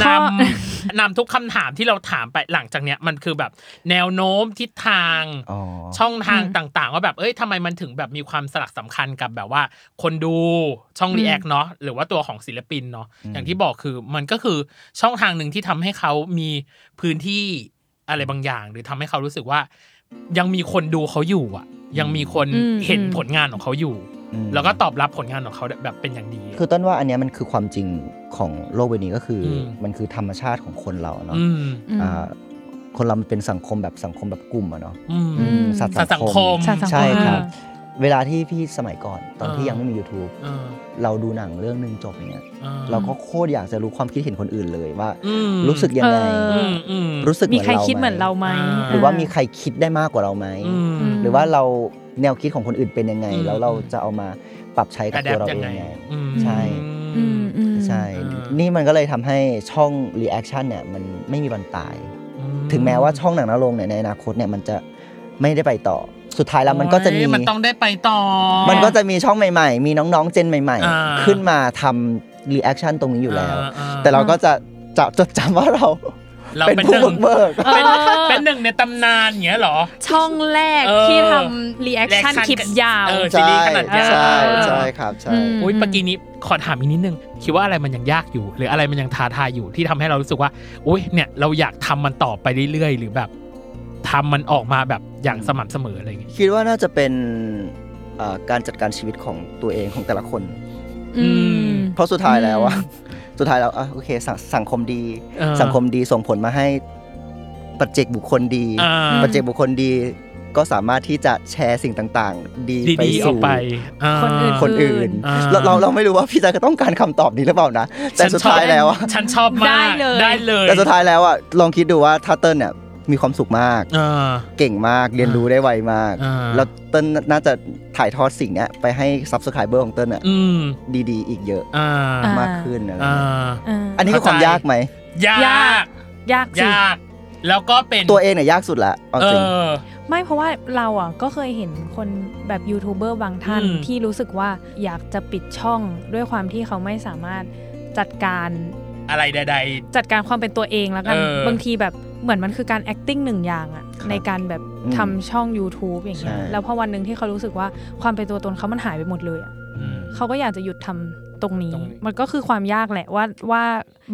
ข้
น
อ
ำนำทุกคำถามที่เราถามไปหลังจากเนี้ยมันคือแบบแนวโน้มทิศทาง
อ๋อ
ช่องทางต่างๆ ว่าแบบเอ้ยทำไมมันถึงแบบมีความสลักสำคัญกับแบบว่า คนดูช่องรีแอคเนาะหรือว่าตัวของศิลปินเนาะอย่างที่บอกคือมันก็คือช่องทางหนึ่งที่ทำให้เขามีพื้นที่อะไรบางอย่าง หรือทำให้เขารู้สึกว่า ยังมีคนดูเขาอยู่อ่ะ ยังมีคน
อืม
เห็นผลงานของเขาอยู่
อืม
แล้วก็ตอบรับผลงานของเขาแบบเป็นอย่างดี
คือต้นว่าอันเนี้ยมันคือความจริงของโลกใบนี้ก็คืออ
ม
มันคือธรรมชาติของคนเราเนาะ
อืม
อืม
อ่าคนเรามันเป็นสังคมแบบสังคมแบบกลุ่มอะเนาะ
อืม
อืม
สัตว์
สัตว์สั
สั
ง
ง
ค
ค
ม
ม
สัตว์สังคม
ใช่ครับ
อ่
เวลาที่พี่สมัยก่อนตอนที่
อ่ายั
ยังไม่มี YouTube
อ่า
เราดูหนังเรื่องหนึ่งจบอย่างเงี้ย
อ่
เราก็โคตรอยากจะรู้ความคิดเห็นคนอื่นเลยว่า
อืม
รู้สึกยังไง
เออ
อืมอืม
รู้สึก
มี
เหมือน
ใคร
เรา
คิดเหมือนเรา
ไหม
ไหม
อ่า
หรือว่ามีใครคิดได้มากกว่าเราไหม
อืม
ม
หรือว่าเราแนวคิดของคนอื่นเป็นยังไง
อืม
แล้วเราจะเอามาปรับใช้กับตัว
adapt
เรา
ยั
เองง
ไง
ยังไง
อืม
ใช่
อืมอืม
ใช่
อืม
นี่มันก็เลยทำให้ช่อง reaction เนี่ยมันไม่มีวันตาย
อืม
ถึงแม้ว่าช่องหนังนรงค์เนี่ยในอนาคตเนี่ยมันจะไม่ได้ไปต่อ สุดท้ายแล้วมันก็จะมี
โอ้ยมันต้องได้ไปต่อ
มันก็จะมีช่องใหม่ๆ มีน้องๆ เจนใหม่
อ่า
ๆ ขึ้นมาทำ reaction ตรงนี้อยู่แล้ว
อ่าอ่
แต่เราก็จะจะจดจำว่าเรา
เรา
เป็น
เป็นห
ผู้
นึ่
บุ
ง
กเบิก
เป็นเป็นหนึ่งในตำนานอย่างเงี้ยเหรอ
ช่องแรก
เออ
ที่ทำรีแอคชั่
reaction
นคลิปยาว
เออ ซี
ใช่
รีส์ขนาดยาว
ใช่
อ่า
ใช่ครับใช่
ม
อุ้ยปกี้นี้ขอถามอีกนิดนึง คิดว่าอะไรมันยังยากอยู่ หรืออะไรมันยังท้าทายอยู่ที่ทำให้เรารู้สึกว่าอุ้ยเนี่ยเราอยากทำมันต่อไปเรื่อยๆ หรือแบบทำมันออกมาแบบอย่างสม่ำเสมออะไรอย่างเงี้ย
คิดว่าน่าจะเป็นเอ่อการจัดการชีวิตของตัวเองของแต่ละคน
อืม
เพราะสุดท้ายแล้วอะ
อืม
สุดท้ายแล้วอะโอเคสังสังคมดี
เออ
สังคมดีส่งผลมาให้ปัจเจกบุคคลดี
อ่า
ปัจเจกบุคคลดี ก็สามารถที่จะแชร์สิ่งต่างๆ ดีไป
ดีๆออ
สู่
กไปอ่า
คนอื่น
คนอื่น
อ่า
เราเราเราไม่รู้ว่าพี่จะต้องการคำตอบนี้หรือเปล่านะ แต่สุดท้ายแล้วอะ
ฉันชอบมาก
ได้เลย
ได้เลย
แต่สุดท้ายแล้วอะลองคิดดูว่าถ้าเติ้ลเนี่ยมีความสุขมาก
เออ
เก่งมากเรียนรู้ได้ไวมาก
อ่า
แล้วเติ้ลน่าจะถ่ายทอดสิ่งเนี้ยไปให้ซับสไครเบอร์ของเติ้ลอะ
อืม
ดีๆ อีกเยอะ
อ่าม
ากขึ้นอะไรเงี้ย
อ่า
อ่า
อันนี้คือความ
เข้าใจ
ยากไหม
ยาก
ยาก ยากสิ
ยาก แล้วก็เป็น
ตัวเองเนี่ยยากสุดละเอา
เอ
จริง
อ
ไม่เพราะว่าเราอ่ะก็เคยเห็นคนแบบยูทูบเบอร์บางท่าน
อืม
ที่รู้สึกว่าอยากจะปิดช่องด้วยความที่เขาไม่สามารถจัดการ
อะไรใด
จัดการความเป็นตัวเองแล้วกัน
เออบ
างทีแบบเหมือนมันคือการ acting หนึ่งอย่างอ่ะในการแบบ
อืม
ทำช่อง YouTube อย่างเงี้ย
ใช่
แล้วพอวันหนึ่งที่เขารู้สึกว่าความเป็นตัวตนเขามันหายไปหมดเลยอะ เขาก็อยากจะหยุดทำตรงนี้
ตรงนี้
มันก็คือความยากแหละว่าว่า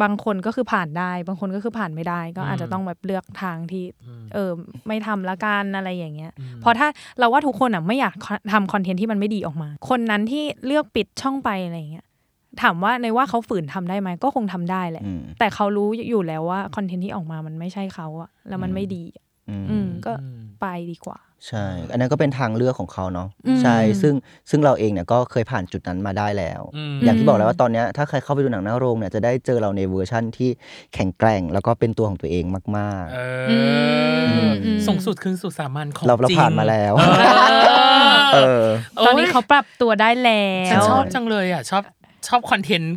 บางคนก็คือผ่านได้ บางคนก็คือผ่านไม่ได้ ก็อาจจะต้องแบบเลือกทางที่ เออไม่ทำละกันอะไรอย่างเงี้ย เพราะถ้าเราว่าทุกคนอ่ะไม่อยากทำคอนเทนต์ที่มันไม่ดีออกมา คนนั้นที่เลือกปิดช่องไปอะไรอย่างเงี้ยถามว่าในว่าเขาฝืนทำได้ไหมก็คงทำได้แหละ
อืม
แต่เขารู้อยู่แล้วว่าคอนเทนต์ที่ออกมามันไม่ใช่เขาอะแล้วมันไม่ดีอะ
อืม
อืมก็
อืม
ไปดีกว่า
ใช่ อันนั้นก็เป็นทางเลือกของเขาเนาะ
อืม
ใช่ซึ่งซึ่งเราเองเนี่ยก็เคยผ่านจุดนั้นมาได้แล้ว
อืม
อย่างที่บอกแล้ว
อืม
ว่าตอนเนี้ยถ้าใครเข้าไปดูหนังหน้าโรงเนี่ยจะได้เจอเราในเวอร์ชั่นที่แข็งแกร่ง แล้วก็เป็นตัวของตัวเองมาก
เออ
ม
อสูงสุดคืนสู่สามัญของ
ๆ เราเรา
จง
ผ่านมาแล้ว
เอ
เอ
อ
อ
ตอนนี้เขาปรับตัวได้แล้
ฉัน
ว
ชอบจังเลยอ่ะ ชอบชอบคอนเทนต์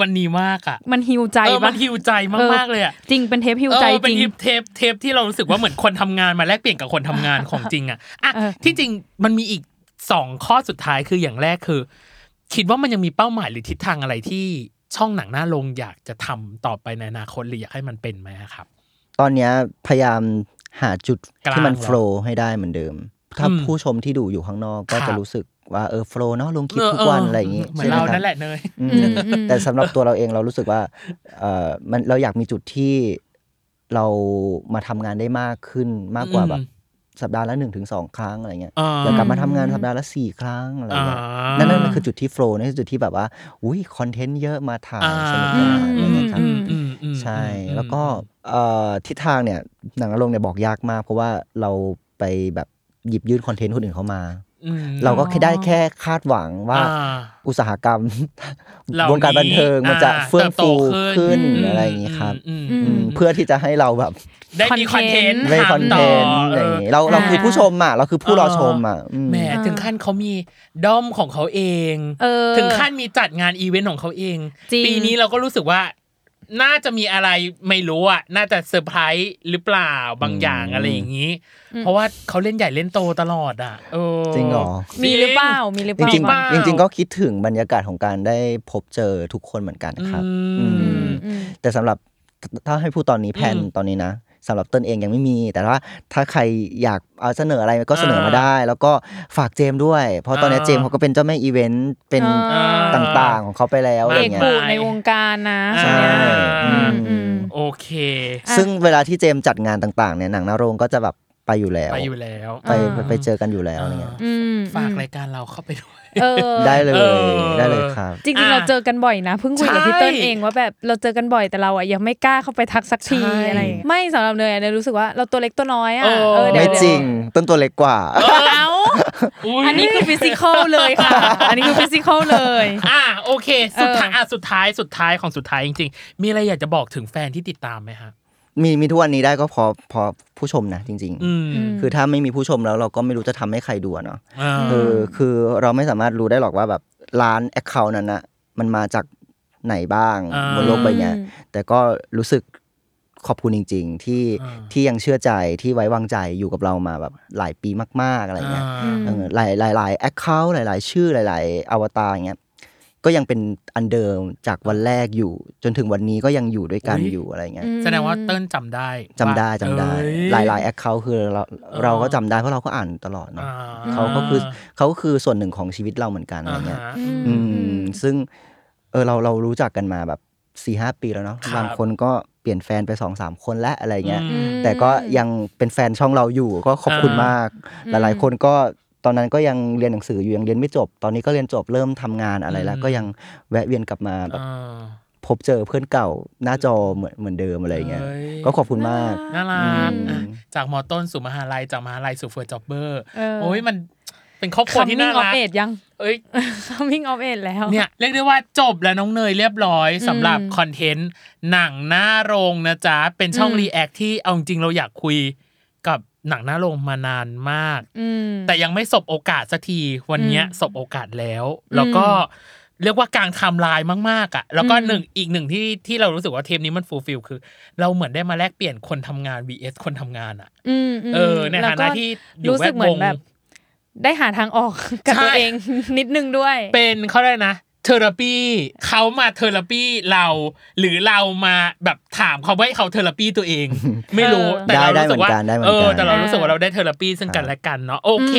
วันนี้มากอ่ะ
มันฮิวใจ
เออ
ปะ
มันฮิวใจมากมากๆเลยอ่ะ
จริงเป็นเทปฮิว
เอ
ใจ
อเป็น
จริง
เทปเทปที่เรารู้สึกว่าเหมือนคนทำงานมาแลกเปลี่ยนกับคนทำงานของจริงอ่ะอ่ะ
เออ
ที่จริงมันมีอีกสองข้อสุดท้ายคืออย่างแรกคือ คิดว่ามันยังมีเป้าหมายหรือทิศทางอะไรที่ช่องหนังหน้าลงอยากจะทำต่อไปในอนาคตหรืออยากให้มันเป็นไหมอะครับ
ตอนเนี้ยพยายามหาจุดที่มัน
กลางเหรอ
โฟล์ให้ได้เหมือนเดิม ถ้า
อืม
ผู้ชมที่ดูอยู่ข้างนอกก็
ครับ
จะรู้สึกว่าเออโฟล์เนาะลงคลิปทุกวันอะไรอย่างงี้
เหมือ
ใช่
น
ไหม
เรา
คบ
นั่นแหละเนย
อืม
อืมอืม
แต่สำหรับตัวเราเองเรารู้สึกว่าเออมันเราอยากมีจุดที่เรามาทำงานได้มากขึ้นมากกว่า
อืม
แบบสัปดาห์ละหนึ่งถึงสองครั้งอะไรเงี้ย
อ่า
อยากกลับมาทำงานสัปดาห์ละสี่ครั้งอะไรเงี้ย
อ่านั่
นั่นนั่นคือจุดที่โฟล์นั่นคือจุดที่แบบว่าอุ้ยคอนเทนต์เยอะมาถ่าย
อ่า
สนุกสนานอะไรเงี้ยครับ
อืม
ใช่แล้วก็เอ่อทิศทางเนี่ยหนังอารมณ์เนี่ยบอกยากมาก เพราะว่าเราไปแบบหยิบยื่นคอนเทนต์คนอื่นเข้ามา
อืม
เราก็แค่ได้แค่คาดหวังว่า
อ่
อุตสาห
(laughs)
กรรม
เหล่านี้
วงการบันเทิงมันจะ
อ่า
เฟื่อง
เติบโต
ฟู
ขึ้
ขึ้
น
น
อืม
อะไรอย่างนี้ครับ
อืม
อืม
อืมเพื่อที่จะให้เราแบบ
ได้มีคอนเทนต์
ได้คอนเทนต์
ทำ
อะไรอย่าง
เ
นี้เราเราคือผู้ชมอ่ะเราคือผู้รอชมอ่ะ
อ
อื
อ
ม
แหมถึงขั้นเขามีด้อมของเขาเอง
เออ
ถึงขั้นมีจัดงานอีเวนต์ของเขาเอง
จริง
ปีนี้เราก็รู้สึกว่า น่าจะมีอะไรไม่รู้อ่ะ น่าจะเซอร์ไพรส์หรือเปล่าบางอย่างอะไรอย่างนี้ เพราะว่าเขาเล่นใหญ่เล่นโตตลอดอ่ะเออ
จริงเหรอ
มีหรือเปล่า มีหรือ
จ
เปล่า
ริง
เปล่า
ๆจริง ๆ ก็คิดถึงบรรยากาศของการได้พบเจอทุกคนเหมือนกันนะครับ
อื
อื
ม
ม
อืม
แต่สำหรับถ้าให้พูดตอนนี้แผน
อืม
ตอนนี้นะสำหรับเต้นเองยังไม่มี แต่ว่าถ้าใครอยากเอาเสนออะไรก็เสนอมา
อ่า
ได้ แล้วก็ฝากเจมส์ด้วย เพราะตอนนี้
อ่า
เจมส์เขาก็เป็นเจ้าแม่อีเวนต์เป็น
อ่
ต่างๆของเขาไปแล้วอะไร
เอ
อก ย่างเงี้ย
บุในวงการนะ
ใช่
คนเนี้ย
อ่า
อืมอืม
โอเค
อ่ะ
ซึ่งเวลาที่เจมส์จัดงานต่างๆเนี่ยหนังหนาโรงก็จะแบบไปอยู่แล้ว
ไปอยู่แล้ว
ไป
อ่า
ไปไปเจอกันอยู่แล้วอะไรเงี้ย
อืม
ฝากรายการเราเข้าไปด้วย
เออ
ได้เลย
เออ
ได้เลยครับ
จริงๆ
อ่ะ
เราเจอกันบ่อยนะ เพิ่งคุยกับ
ใช่
พี่เติ้ลเองว่าแบบเราเจอกันบ่อยแต่เราอ่ะยังไม่กล้าเข้าไปทักสักที
ใช่
อะไรอย่างเงี้ยไม่สำหรับเนยอะเนยรู้สึกว่าเราตัวเล็กตัวน้อยอ่ะ
เออ
เออเดี๋ย
ไม่
ว
จริงต้นตัวเล็กกว่า
เอา
ย
อันนี้คือฟิสิกอลเลยค่ะ อันนี้คือฟิสิกอลเลย
อ่ะโอเค สุดท้าย
เอออ่
อ่ะสุดท้ายสุดท้ายของสุดท้ายจริงๆ มีอะไรอยากจะบอกถึงแฟนที่ติดตามไหมฮะ
มีมีทุกวันนี้ได้ก็เพอพอผู้ชมนะจริง
อืม
ๆ คือถ้าไม่มีผู้ชมแล้วเราก็ไม่รู้จะทำให้ใครดูอะเนาะ
อ่า
เออคือเราไม่สามารถรู้ได้หรอกว่าแบบร้านแอคเคาท์นั้นนะมันมาจากไหนบ้าง
อ่า
บนโลกใบเนี้ยแต่ก็รู้สึกขอบคุณจริง ๆ ที่
อ่า
ที่ยังเชื่อใจที่ไว้วางใจอยู่กับเรามาแบบหลายปีมาก ๆอะไรเงี้ย
อ่า
ม
เออหลายหลายหลายแอคเคาท์หลาย ๆ ชื่อหลาย ๆ อวตารอย่างเงี้ยก็ยังเป็นอันเดิมจากวันแรกอยู่ จนถึงวันนี้ก็ยังอยู่ด้วยกัน
อุ๊ย
อยู่อะไรเงี้ย
แสดงว่าเติ้ลจำได้
จำได้จำได้
เอ้
หลายหลายแอคเคาท์คือเราเราก็จำได้เพราะเราก็อ่านตลอด
อ่
เนาะเขาก็คือเขาก็คือส่วนหนึ่งของชีวิตเราเหมือนกันอะไร
อ่า
เงี้ย
ฮะ
อืมซึ่งเออเราเรารู้จักกันมาแบบสี่ห้าปีแล้วเนาะ
ครับ
บางคนก็เปลี่ยนแฟนไปสองสามคนและอะไรเงี้ยแต่ก็ยังเป็นแฟนช่องเราอยู่ก็ขอบคุณมาก หลายๆ คนก็ตอนนั้นก็ยังเรียนหนังสืออยู่ยังเรียนไม่จบ ตอนนี้ก็เรียนจบเริ่มทำงานอะไรแล้ว ก็ยังแวะเวียนกลับมาแบบ
อ่า
พบเจอเพื่อนเก่าหน้าจอเหมือนเหมือนเดิมอะไรเงี้ย
เอ้ย
ก็ขอบคุณมาก
น่ารักอ่ะจากมอต้นสู่มหาลัยจากมหาลัยสู่เฟิร์สจ็อบเบอร์
เออ
โอ้ยมันเป็นครอบครัวที่น่า
ออ
รั
ฟ
ก
เอ (laughs) ดยัง
เอ้ย
coming of age แล้ว
เนี่ยเรียกได้ว่าจบแล้วน้องเนยเรียบร้อยสำหรับคอนเทนต์หนังหน้าโรงนะจ๊ะ เป็นช่องรีแอคที่เอาจริงๆเราอยากคุยกับหนังหน้าโรงมานานมาก
อืม
แต่ยังไม่สบโอกาสสักทีวันเนี้ยสบโอกาสแล้ว แล้วก็เรียกว่ากลางไทำลายมากๆอ่ะแล้วก็หนึ่งอีกหนึ่งที่ที่เรารู้สึกว่าเทปนี้มันฟูลฟิลคือ เราเหมือนได้มาแลกเปลี่ยนคนทำงาน vs คนทำงานอ่ะ
อืมม
เออใน
แล้ว
ฐา
ก็
นะที่อยู่
รู้
แว
สึก
ด
เหมื
ว
อน
ง
แบบ ได้หาทางออก (laughs) กับ
ใช่
ตัวเอง นิดนึงด้วย
เป็นเขาได้นะเทอราปีเขามาเทอราปีเรา หรือเรามาแบบถามเขาว่าให้เขาเทอราปีตัวเอง ไม่รู้
เออ
แต่เรา
ได้ได้
รู้สึกว่า
เหมือนกันได้เหมือน
เอ
กัน
อแต่เรารู้สึกว่าเราได้เทอราปีซึ่งกันและกันเนาะโอเค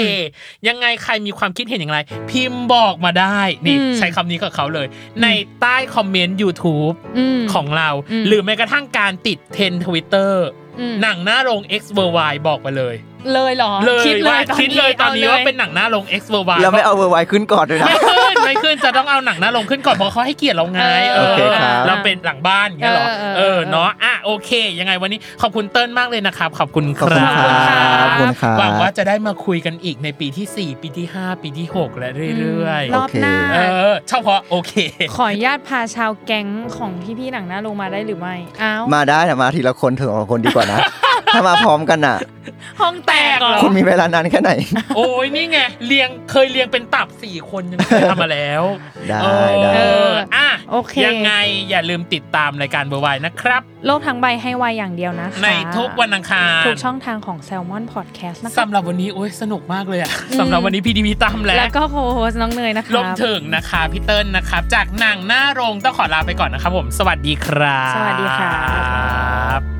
ยังไงใครมีความคิดเห็นอย่างไร พิมพ์บอกมาได้นี่ใช้คำนี้กับเขาเลย ในใต้คอมเมนต์ YouTube
อืม
ของเรา หรือแม้กระทั่งการติดเทรนทวิตเตอร์
อืม
หนังหน้าโรง X w o r l d w i d e บอกไปเลย
เลยเหรอ
เลย
คิดเล
ว่าย
ตอน
คิด
นี้
เลยตอนนี้
ลย
ว่าเป็นหนังหน้าโรง X w o r l d w i d e
เราไม่เอาเวอร์ไวขึ้นก่อนเลยนะ
ไม่ขึ้นไม่ขึ้นจะต้องเอาหนังหน้าลงขึ้นก่อนเพราะเขาให้เกียรติเราไง
เออ
โอเคครับ
เราเป็นหลังบ้านอย่างเงี้ยเหรอ
เออเออ
เออเนาะอ่ะโอเค ยังไงวันนี้ขอบคุณเติ้ลมากเลยนะครับ ขอบคุณค
ขอบ
รั
คุณ
บ
ครับขอบคุณครับ
หวังว่าจะได้มาคุยกันอีกในปีที่ 4 ปีที่ 5 ปีที่ 6 และเรื่อย
รอบหน้า
ๆเออเฉพาะโอ
(laughs)
เค
ขออนุญาตพาชาวแก๊งของพี่ๆหนังหน้าลงมาได้หรือไม่อ้าว
มาได้แต่มาทีละคนถึงสองคนดีกว่านะ ถ้ามาพร้อมกันอ่ะ
ห้องแตกเหรอ
คุณมีเวลานานแค่ไหน
โอ้ยนี่ไงเรียงเคยเรียงเป็นตับ 4 คนยังเคยทำมาแล้ว
ได้
เออ
ได้
เอออ่ะ
โอเค
ยังไงอย่าลืมติดตามรายการเบอร์ไวนะครับ
โลกทั้งใบให้วายอย่างเดียวนะคะ
ในทุกวันอังคาร
ทุกช่องทางของ Salmon Podcast นะคะ
สำหรับวันนี้โอ้ยสนุกมากเลยอะสำหรับวันนี้พี่ดีพีตั้มและ
แล้วก็โคโฮสน้องเนยนะคะ
รวมถึงนะคะพี่เติ้ลนะครับ จากหนังหน้าโรงต้องขอลาไปก่อนนะครับผม สวัสดีครับ
สวัสดีค่ะ
ครับ